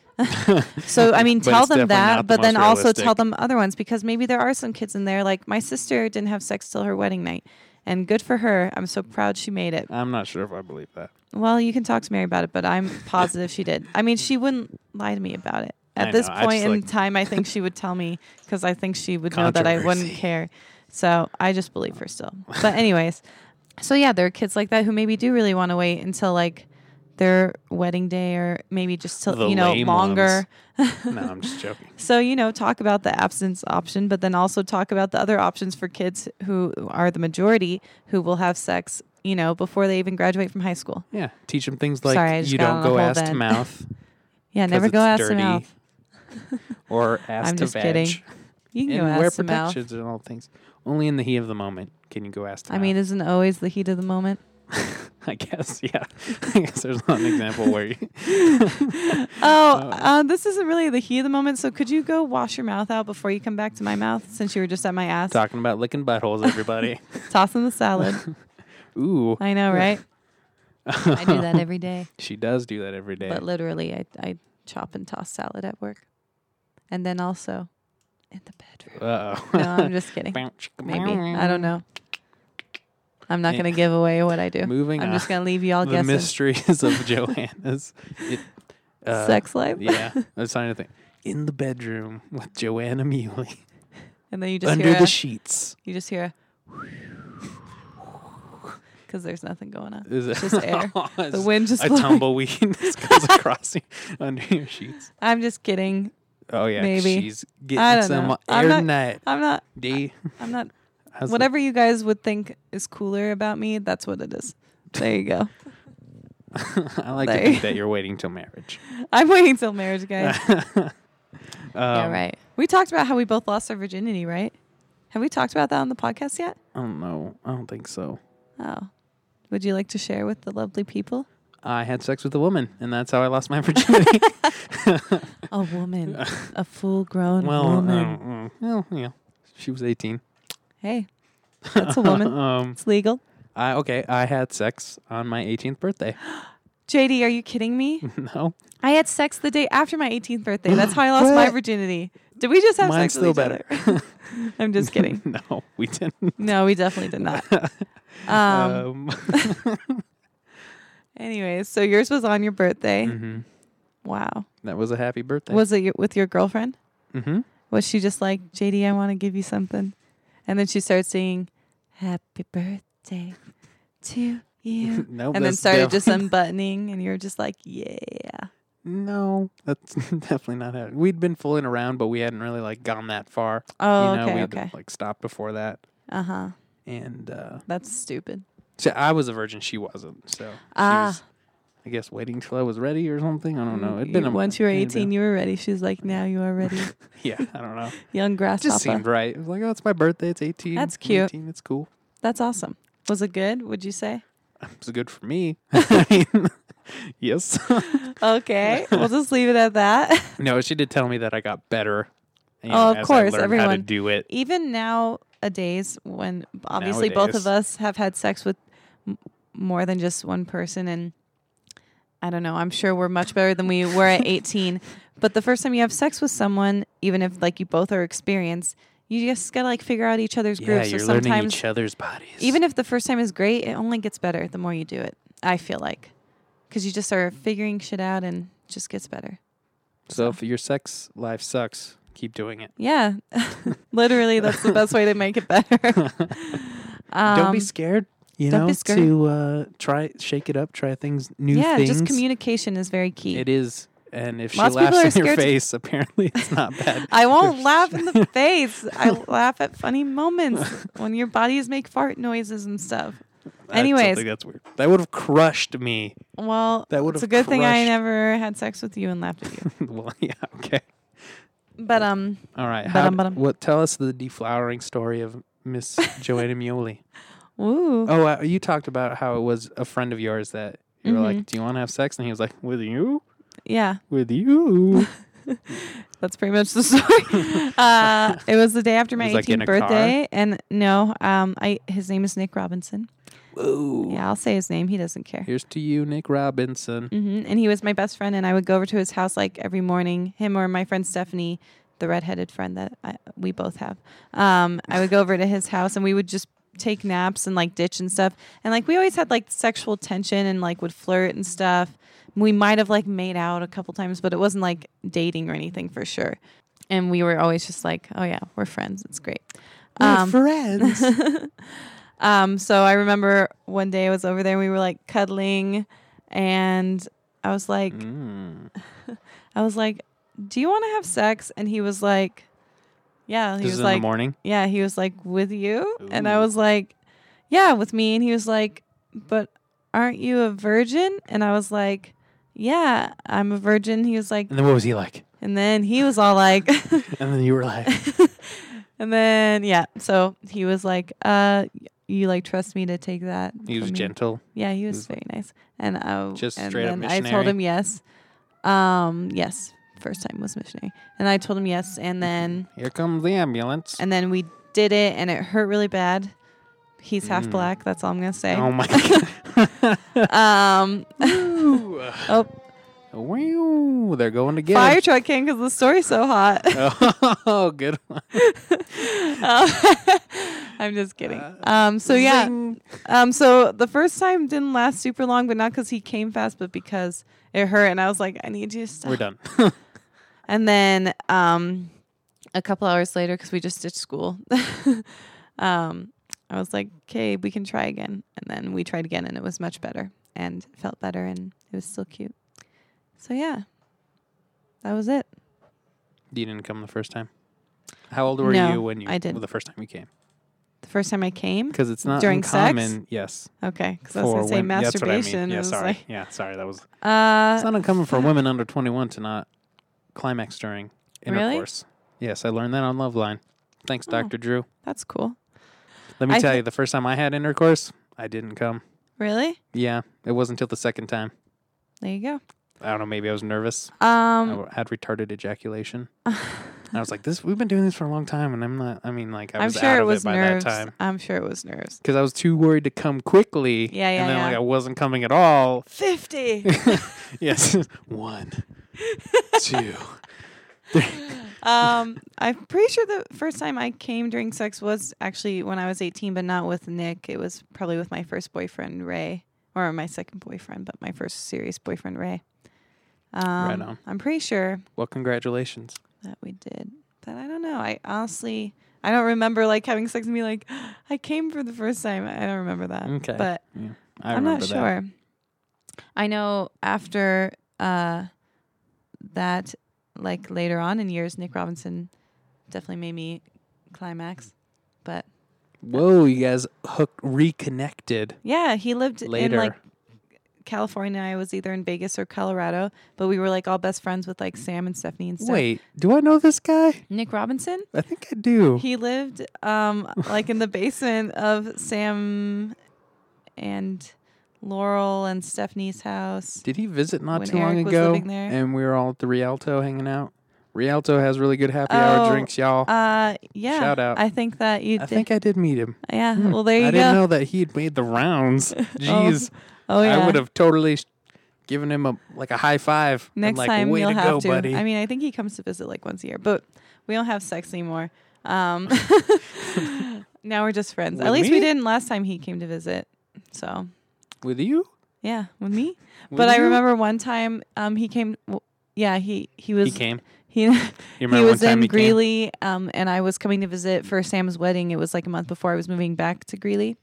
so I mean, But tell it's definitely them not the that, but most then also tell realistic. them other ones because maybe there are some kids in there. Like my sister didn't have sex till her wedding night, and good for her. I'm so proud she made it. I'm not sure if I believe that. Well, you can talk to Mary about it, but I'm positive she did. I mean, she wouldn't lie to me about it. At I this know, I just point in like- time, I think she would tell me because I think she would know that I wouldn't Controversy. care. So I just believe her still. But, anyways, so yeah, there are kids like that who maybe do really want to wait until like their wedding day or maybe just till, The you know, lame longer. ones. No, I'm just joking. So, you know, talk about the absence option, but then also talk about the other options for kids who are the majority who will have sex, you know, before they even graduate from high school. Yeah, teach them things like Sorry, I just you got don't on a go whole ass to vent. mouth. Yeah, 'cause never go it's ass to dirty, mouth. Or ass I'm to just veg. kidding. You can And go wear ass to mouth. protections and all things. Only in the heat of the moment can you go ass to I mouth. mean, isn't always the heat of the moment? I guess, yeah. I guess there's not an example where you Oh, uh, this isn't really the heat of the moment. So could you go wash your mouth out before you come back to my mouth since you were just at my ass? talking about licking buttholes, everybody. Toss in the salad. Ooh, I know, right? I do that every day. she does do that every day. But literally, I, I chop and toss salad at work. And then also in the bedroom. Uh No, I'm just kidding. Maybe. I don't know. I'm not going to give away what I do. Moving I'm on. just going to leave you all the guessing. mysteries of Joanna's it- uh, Sex life. yeah, that's trying to think. In the bedroom with Joanna Muley And then you just under hear the a- sheets. You just hear because there's nothing going on. Is it Oh, It's just air. It's The wind just a blowing. tumbleweed just goes across you under your sheets. I'm just kidding. Oh yeah, Maybe. she's I getting don't some know. air I'm not. night. I'm not. D. I'm not How's that? Whatever you guys would think is cooler about me, that's what it is. There you go. I like to They- think that you're waiting till marriage. I'm waiting till marriage, guys. yeah, Um, right. We talked about how we both lost our virginity, right? Have we talked about that on the podcast yet? I don't know. I don't think so. Oh. Would you like to share with the lovely people? I had sex with a woman, and that's how I lost my virginity. A woman, a full grown well, woman. um, mm, well, yeah, she was 18. Hey, that's a woman. Um, it's legal. I okay. I had sex on my 18th birthday. JD, are you kidding me? no, I had sex the day after my 18th birthday. That's how I lost my virginity. Did we just have mine's sex with still each better. other? I'm just kidding. no, we didn't. No, we definitely did not. Um, Um, anyways, so yours was on your birthday. mm-hmm. Wow. that was a happy birthday. Was it your, with your girlfriend? mm-hmm. Was she just like, JD, I want to give you something? And then she starts singing, Happy birthday to you. Nope, and then that's started def- just unbuttoning, and you're just like, yeah. No, that's definitely not how we'd been fooling around, but we hadn't really like gone that far. Oh, you know, okay, we'd okay. like stopped before that, Uh huh. and uh, That's stupid. so I was a virgin, she wasn't. So she Ah. was, I guess waiting till I was ready or something. I don't know. It'd been a, Once you were it'd 18, been- you were ready. She's like, now you are ready. yeah, I don't know. Young It just seemed grasshopper. right. It was like, oh, it's my birthday. It's eighteen. That's cute. 18, it's cool. That's awesome. Was it good? Would you say? It's good for me. I mean, yes. Okay, we'll just leave it at that. no, she did tell me that I got better. You Oh, of as I course, learned how to everyone. do it. Even nowadays, when obviously both of Nowadays. us have had sex with m- more than just one person, and I don't know, I'm sure we're much better than we were at 18. But the first time you have sex with someone, even if like you both are experienced, you just gotta like figure out each other's Yeah, groups. you're so learning sometimes each other's bodies. even if the first time is great, it only gets better the more you do it. I feel like because you just are figuring shit out and it just gets better. so, if your sex life sucks, keep doing it. Yeah, literally, that's the best way to make it better. don't be Um, scared. You don't know, be scared. to uh, try shake it up, try things, new yeah, things. just communication is very key. It is, and if Lots she of people laughs are in your scared to- face, apparently it's not bad. I won't laugh in the face. I laugh at funny moments when your bodies make fart noises and stuff. I still Anyways. think that's weird. That would have crushed me. Well, That would it's a have good thing I crushed- never had sex with you and laughed at you. well, yeah, okay, But um, all right. But How, um, but um. what? Tell us the deflowering story of Miss Joanna Mioli. ooh, Oh, uh, you talked about how it was a friend of yours that you were Mm-hmm. like, "Do you want to have sex?" And he was like, "With you, yeah. with you." That's pretty much the story. uh, it was the day after my was, like, 18th in a birthday, and no, um, I his name is Nick Robinson. Yeah, I'll say his name. He doesn't care. Here's to you, Nick Robinson. hmm And he was my best friend, and I would go over to his house like every morning. Him or my friend Stephanie, the redheaded friend that I, we both have. Um, I would go over to his house, and we would just take naps and like ditch and stuff. And like we always had like sexual tension, and like would flirt and stuff. We might have like made out a couple times, but it wasn't like dating or anything for sure. And we were always just like, oh yeah, we're friends. It's great. Um, friends. um, so I remember one day I was over there and we were like cuddling and I was like Mm. I was like, Do you wanna have sex? And he was like Yeah, he this is was like in the morning. Yeah, he was like, With you? And I was like, Yeah, with me and he was like, But aren't you a virgin? And I was like, Yeah, I'm a virgin. He was like And then what was he like? and then he was all like And then you were like, and then yeah, so he was like, uh you like trust me to take that. he was from you?" gentle. Yeah, he was, very nice. And I Just and straight up then I told missionary? him yes. Um, yes. First time was missionary. And I told him yes and then Here comes the ambulance. and then we did it and it hurt really bad. He's half black, that's all I'm gonna say. Mm. oh my god. Um Oh Whew, they're going to get fire him. truck came because the story's so hot. Oh, good one. I'm just kidding. Uh, Um so yeah. Um, so the first time didn't last super long, but not because he came fast, but because it hurt, and I was like, I need you to stop. We're done. And then um, a couple hours later, because we just ditched school, um, I was like, okay, we can try again. And then we tried again, and it was much better and felt better, and it was still cute. So, yeah, that was it. you didn't come the first time. How old were No, you when you I didn't. the first time you came? the first time I came. because it's not During uncommon. sex? Yes, Okay, because I was gonna say wom- that's what I mean. masturbation. Yeah, is sorry. like, yeah, sorry. That was it's uh, not uncommon for women under 21 to not climax during Really? intercourse. Yes, I learned that on Loveline. Thanks, Dr. Drew. that's cool. Let me I tell thi- you, the first time I had intercourse, I didn't come. Really? Yeah, it wasn't until the second time. There you I don't know, maybe I was nervous. go. I Um, w- had retarded ejaculation. And I was like, this, we've been doing this for a long time, and I'm not, I mean, like, I I'm was sure out it of it was by nerves. that time. I'm sure it was nerves. Because I was too worried to come quickly. Yeah, yeah, And then, yeah. like, I wasn't coming at all. Fifty. yes. One, two. um, I'm pretty sure the first time I came during sex was actually when I was 18, but not with Nick. It was probably with my first boyfriend, Ray, or my second boyfriend, but my first serious boyfriend, Ray. Um, on. I'm pretty sure Well, congratulations. that we did, but I don't know. I honestly, I don't remember like having sex and be like, I came for the first time. I don't remember that. Okay. but Yeah, I I'm not remember that. sure. I know after uh, that, like later on in years, Nick Robinson definitely made me climax. But Whoa, you guys hook reconnected yeah, he lived later. in like California. I was either in Vegas or Colorado, but we were like all best friends with like Sam and Stephanie and stuff. Wait, do I know this guy? Nick Robinson? I think I do. He lived um like in the basement of Sam and Laurel and Stephanie's house. Did he visit not When too long Eric was ago? living there. And we were all at the Rialto hanging out. Rialto has really good happy hour Oh, drinks, y'all. Uh, yeah. Shout out. I think that I you did. think I did meet him. yeah. Well, there you I go. didn't know that he had made the rounds. Jeez, Oh yeah. I would have totally sh- given him a like a high five. and, Next like, time way you'll to have go, to. buddy. I mean, I think he comes to visit like once a year, but we don't have sex anymore. Um, now we're just friends. At With least me? we didn't last time he came to visit. So with you, yeah, with me. With but I you? remember one time um, he came. w yeah, he he was he came. He, remember he one was time in he came? Greeley, um, and I was coming to visit for Sam's wedding. It was like a month before I was moving back to Greeley,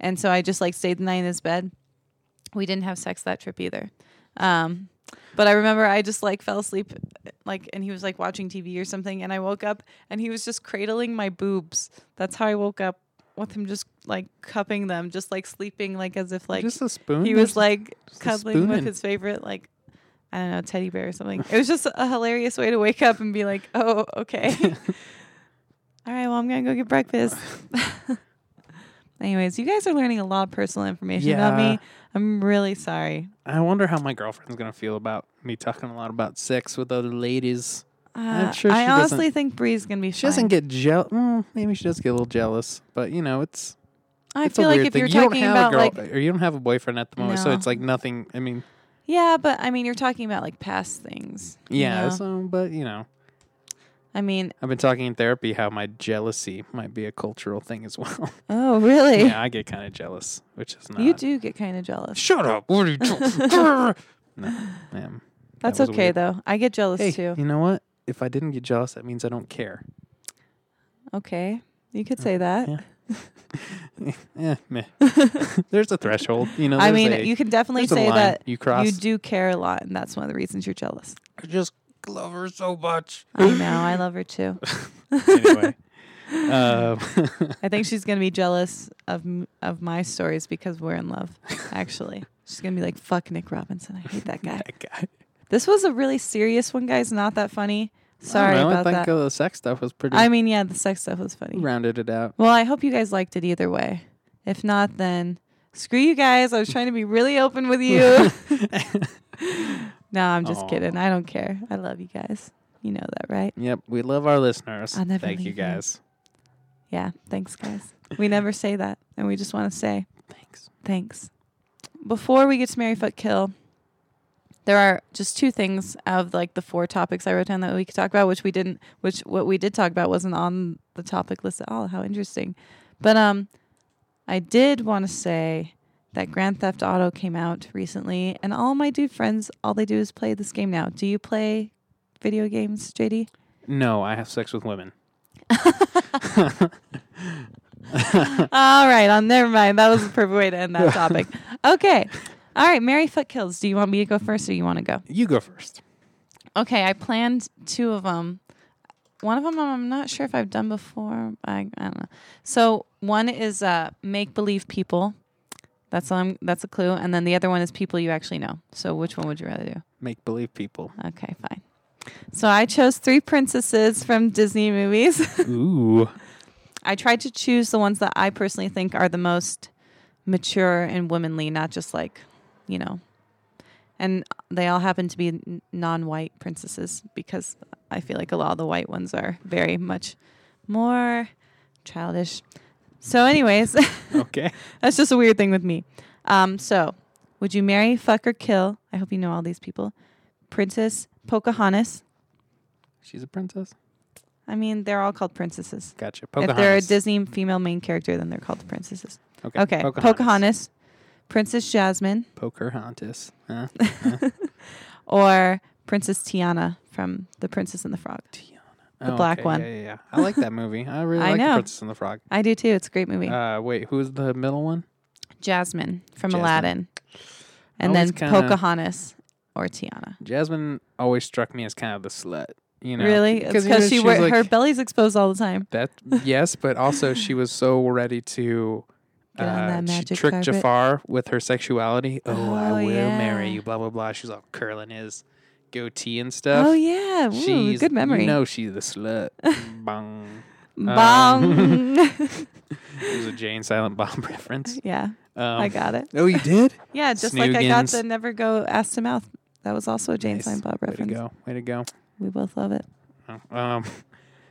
and so I just like stayed the night in his bed. We didn't have sex that trip either, um, but I remember I just like fell asleep, like, and he was like watching TV or something, and I woke up and he was just cradling my boobs. That's how I woke up with him just like cupping them, just like sleeping, like as if like Just a spoon. he There's was like just a cuddling with spooning. his favorite like I don't know teddy bear or something. It was just a hilarious way to wake up and be like, oh okay, all right, well I'm gonna go get breakfast. Anyways, you guys are learning a lot of personal information about Yeah. me. I'm really sorry. I wonder how my girlfriend's gonna feel about me talking a lot about sex with other ladies. I'm Uh, sure she I doesn't- honestly think Bree's gonna be. She doesn't fine. get jealous. Mm, maybe she does get a little jealous, but you know, it's. I it's feel a like weird if thing. you're you don't talking have about a girl like or you don't have a boyfriend at the moment, so No. it's like nothing. I mean, yeah, but I mean you're talking about like past things. you yeah. know? So, but you know, I mean, I've been talking in therapy how my jealousy might be a cultural thing as well. oh really? yeah, I get kind of jealous, which is not. You do get kind of jealous. Shut up! What are you? talking? no, ma'am. That That's was okay weird. though. I get jealous Hey, too. you know what? If I didn't get jealous, that means I don't care. Okay. You could say that. Uh, yeah. Eh, meh. there's a threshold, you know. I there's mean, a- you can definitely there's a say line that you cross. do care a lot, and that's one of the reasons you're jealous. I just love her so much. I know. I love her too. anyway. Um, I think she's gonna be jealous of m- of my stories because we're in love. Actually, she's gonna be like, "Fuck Nick Robinson. I hate that guy." that guy. This was a really serious one, guys. Not that funny. Sorry I don't know, about I think that. uh, the sex stuff was pretty. I mean, yeah, the sex stuff was funny. rounded it out. Well, I hope you guys liked it either way. If not, then screw you guys. I was trying to be really open with you. no, I'm just Aw. kidding. I don't care. I love you guys. You know that, right? Yep, we love our listeners. I'll never Thank you leave you. guys. Yeah. Thanks, guys. we never say that, and we just want to say Thanks. thanks. Before we get to Mary Fuck Kill, there are just two things out of like the four topics I wrote down that we could talk about, which we didn't, which what we did talk about wasn't on the topic list at all. How interesting. But um, I did want to say that Grand Theft Auto came out recently, and all my dude friends, all they do is play this game now. Do you play video games, JD? No, I have sex with women. all right, um, never mind. That was the perfect way to end that topic. Okay. All right, Mary Fuck Kills. Do you want me to go first or you want to go? You go first. Okay, I planned two of them. One of them I'm not sure if I've done before. I, I don't know. So One is uh, make believe people. That's um, that's a clue, and then the other one is people you actually know. So which one would you rather do? Make believe people. Okay, fine. So I chose three princesses from Disney movies. Ooh. I tried to choose the ones that I personally think are the most mature and womanly, not just like, you know. And they all happen to be n- non-white princesses because I feel like a lot of the white ones are very much more childish. So, anyways, Okay. that's just a weird thing with me. Um, so, would you marry, fuck, or kill? I hope you know all these people. Princess Pocahontas. She's a princess. I mean, they're all called princesses. Gotcha. If they're a Disney female main character, then they're called the princesses. okay. Okay. Pocahontas. Princess Jasmine, Pocahontas. Huh? or Princess Tiana from The Princess and the Frog. The black one. Yeah, yeah, yeah. I like that movie. I really I like The know. Princess and the Frog. I do too. It's a great movie. Uh, wait, who's the middle one? Jasmine from Jasmine. Aladdin. And Always then kinda- Pocahontas or Tiana. Jasmine always struck me as kind of the slut. You know, Really? Because you know, she she's wear, like- her belly's exposed all the time. That yes, but also she was so ready to uh, Get on that she magic tricked carpet. Jafar with her sexuality. Oh, I Oh, will yeah. marry you. Blah blah blah. She's all curling his goatee and stuff. Oh yeah. Ooh, she's good memory. You know uh, she's the slut. Bong. Bong. It was a Jane Silent Bob reference. yeah. Um, I got it. Oh, you did. Yeah, just like I got Snoogans. the never go ass to mouth. That was also a Jane Silent Bob Way to reference. go. Way to go. We both love it. Um,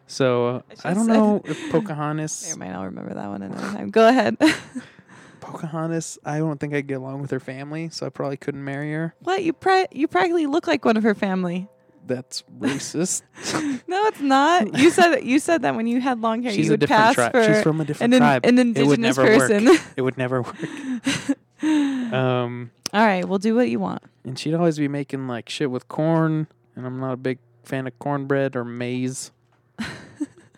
so uh, I I, should've don't said- know if Pocahontas. Never mind, I'll remember that one another time. Go ahead. Pocahontas. I don't think I'd get along with her family, so I probably couldn't marry her. what you pra- you practically look like one of her family. That's racist. No, it's not. You said you said that when you had long hair, She's you a would different pass tribe. for She's from a different an, in- tribe. an it would indigenous never person. work. It would never work. um, All right, we'll do what you want. and she'd always be making like shit with corn, and I'm not a big fan of cornbread or maize.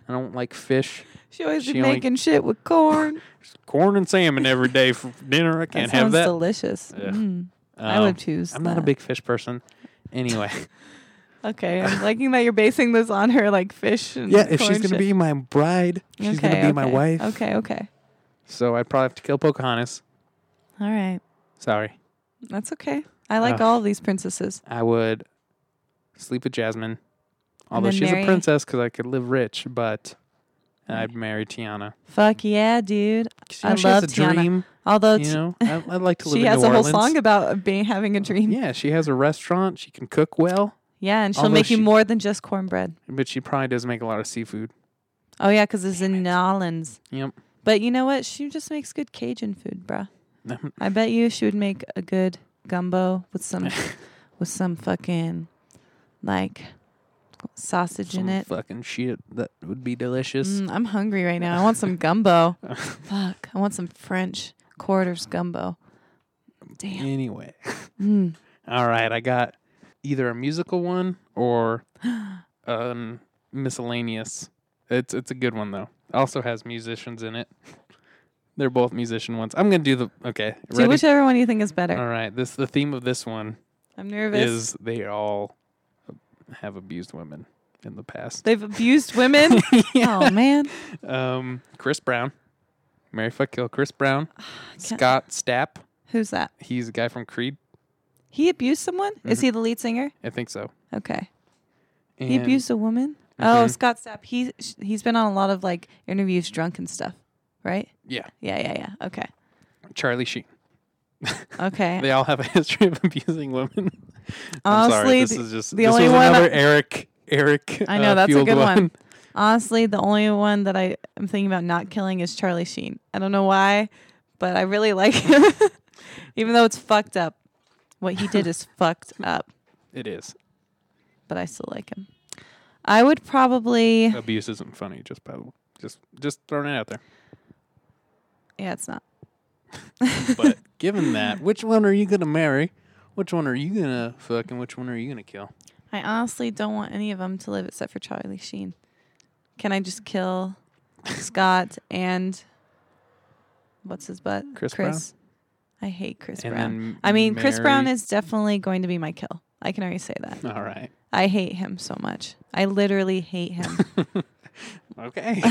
I don't like fish. She always She be only- making shit with corn. Corn and salmon every day for dinner. I can't that have sounds that. delicious. Yeah. Mm, I Um, would choose. I'm not a that. big fish person. Anyway, Okay, I'm liking that you're basing this on her like fish. And yeah, if she's corn gonna shit. be my bride, she's gonna be Okay, my okay, wife. Okay, okay. So I'd probably have to kill Pocahontas. All right, Sorry, that's okay. I like Ugh. all of these princesses. I would sleep with Jasmine, although then she's marry- a princess because I could live rich. But I'd marry Tiana. Fuck yeah, dude. 'Cause, you I know, she love has a Tiana. dream. Although You t- know, I, I'd like to live she in has New a whole Orleans. song about being having a dream. Yeah, Yeah, she has a restaurant. She can cook well, and she'll Although make you she- more than just cornbread. but she probably does make a lot of seafood. Oh yeah, because it's in New Orleans. Yep. But you know what? She just makes good Cajun food, bruh. Mhm. I bet you she would make a good gumbo with some with some fucking like sausage Some in it. fucking shit that would be delicious. Mm, I'm hungry right now. I want some gumbo. Fuck. I want some French quarters gumbo. Damn. Anyway. Hmm. All right, I got either a musical one or um miscellaneous. It's it's a good one though. Also has musicians in it. They're both musician ones. I'm gonna do the okay. Do Ready? whichever one you think is better. all right. This the theme of this one I'm nervous. is they all have abused women in the past. They've abused women. Oh man. Um, Chris Brown, Mary Fuck Kill. Chris Brown, Scott Stapp. Who's that? He's a guy from Creed. He abused someone? Is he the lead singer? I think so. Okay. Mm-hmm. And Mm-hmm. He abused a woman? Oh, Scott Stapp. He's he's been on a lot of like interviews drunk and stuff, right? Yeah, Yeah, yeah, yeah. Okay. Charlie Sheen. Okay. They all have a history of abusing women. I'm Honestly, sorry, this the- is just the this only was one I- another Eric. Eric, I know uh, that's a fueled good one. Honestly, the only one that I am thinking about not killing is Charlie Sheen. I don't know why, but I really like him. Even though it's fucked up. What he did is fucked up, It is but I still like him. I would probably abuse isn't funny. Just by the way. just just throwing it out there. Yeah, it's not. But given that, which one are you gonna marry? Which one are you gonna fuck? And which one are you gonna kill? I honestly don't want any of them to live except for Charlie Sheen. Can I just kill Scott and what's his butt? Chris Brown? I hate Chris And Brown. then I mean, Chris Brown marry- is definitely going to be my kill. I can already say that. All right. I hate him so much. I literally hate him. Okay.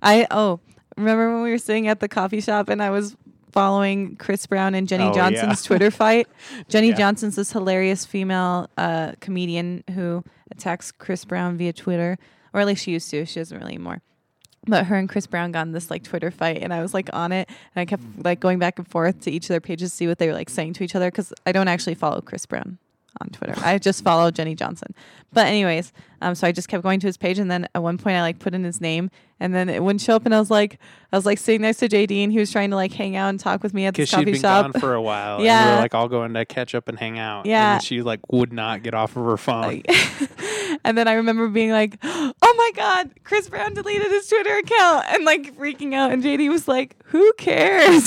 I oh, Remember when we were sitting at the coffee shop and I was following Chris Brown and Jenny Oh, yeah. Johnson's Twitter fight? Jenny Yeah. Johnson's this hilarious female uh, comedian who attacks Chris Brown via Twitter, or at least she used to. She doesn't really anymore. But her and Chris Brown got in this like Twitter fight, and I was like on it, and I kept like going back and forth to each of their pages to see what they were like saying to each other because I don't actually follow Chris Brown on Twitter. I just follow Jenny Johnson. But anyways, um, so I just kept going to his page, and then at one point I like put in his name, and then it wouldn't show up, and I was like, I was like sitting next to JD, and he was trying to like hang out and talk with me at the Because she'd coffee been shop. gone for a while. And we Yeah. were like all going to catch up and hang out. Yeah. And then she like would not get off of her phone. and then I remember being like, "Oh my god, Chris Brown deleted his Twitter account," and like freaking out. And JD was like, "Who cares?"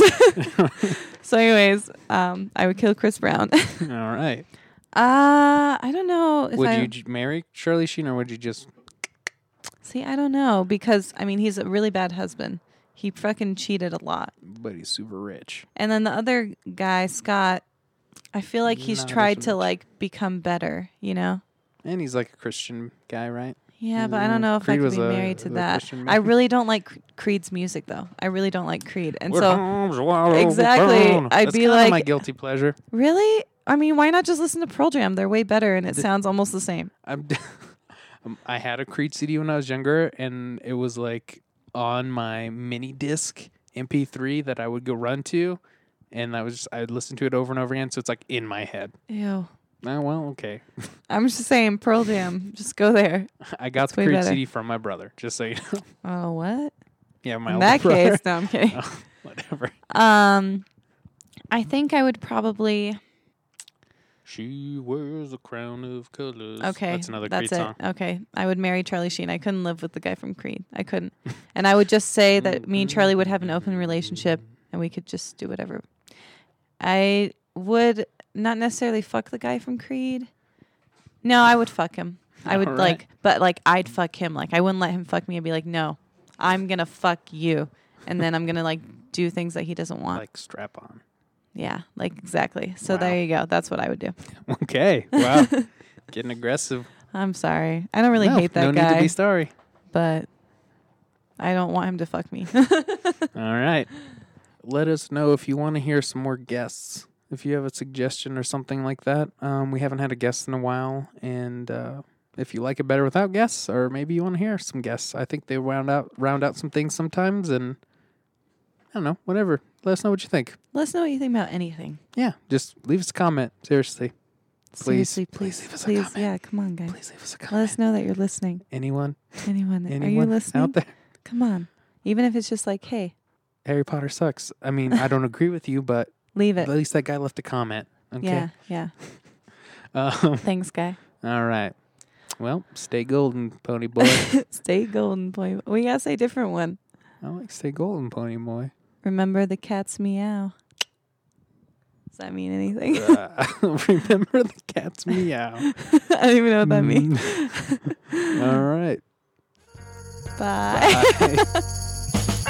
so, anyways, um, I would kill Chris Brown. uh, all right. I don't know. If Would I, you j- marry Shirley Sheen or would you just see? I don't know because I mean he's a really bad husband. He fucking cheated a lot. but he's super rich. And then the other guy, Scott, I feel like he's Not as tried to much. like become better. You know. And he's like a Christian guy, right? Yeah, but I Mm, don't know if Creed I could was be a- married to was a that. Christian I man. really don't like C- Creed's music though. I really don't like Creed. And With so arms wide Exactly. open. I'd That's be kinda like- my guilty pleasure. really, I mean, why not just listen to Pearl Jam? They're way better and it sounds almost the same. I'm Um, I had a Creed CD when I was younger, and it was like on my mini disc MP3 that I would go run to, and I was just, I'd listen to it over and over again, so it's like in my head. Ew. Oh well, okay. I'm just saying Pearl Jam. just go there. I got That's the way Creed better. CD from my brother, just so you know. Oh, what? yeah, my In older that brother. case, no, I'm kidding. whatever. Um, I think I would probably. She wears a crown of colors. Okay, that's another that's Creed it. song. Okay, I would marry Charlie Sheen. I couldn't live with the guy from Creed. I couldn't, and I would just say that me and Charlie would have an open relationship, and we could just do whatever. I would not necessarily fuck the guy from Creed. No, I would fuck him. I would All right. like, but like I'd fuck him. Like I wouldn't let him fuck me. I'd be like, no, I'm gonna fuck you, and then I'm gonna like do things that he doesn't want. Like strap on. yeah, like exactly. So Wow. there you go. That's what I would do. Okay. Wow. Getting aggressive. I'm sorry. I don't really no, hate that no guy. need to be sorry. but I don't want him to fuck me. All right. Let us know if you want to hear some more guests. If you have a suggestion or something like that, um, we haven't had a guest in a while. And uh, if you like it better without guests, or maybe you want to hear some guests, I think they round out round out some things sometimes. And I don't know, whatever. Let us know what you think. Let us know what you think about anything. Yeah, just leave us a comment. Seriously, Please, Seriously, please please, leave us a please, comment. yeah, come on, guys. please leave us a Let comment. us know that you're listening. Anyone, Anyone, anyone are you listening? out there? Come on, even if it's just like, hey, Harry Potter sucks. I mean, I don't agree with you, but leave it. at least that guy left a comment. Okay. Yeah, yeah. Um, Thanks, guy. All right. Well, stay golden, pony boy. Stay golden, boy. We gotta say a different one. I like stay golden, pony boy. Remember the cat's meow. Does that mean anything? Uh, remember the cat's meow. I don't even know what that means. Mm. All right. Bye. Bye.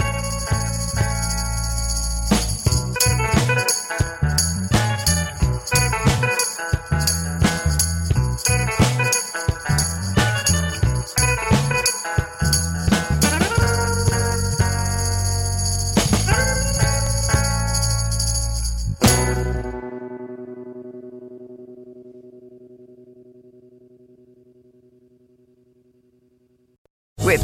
With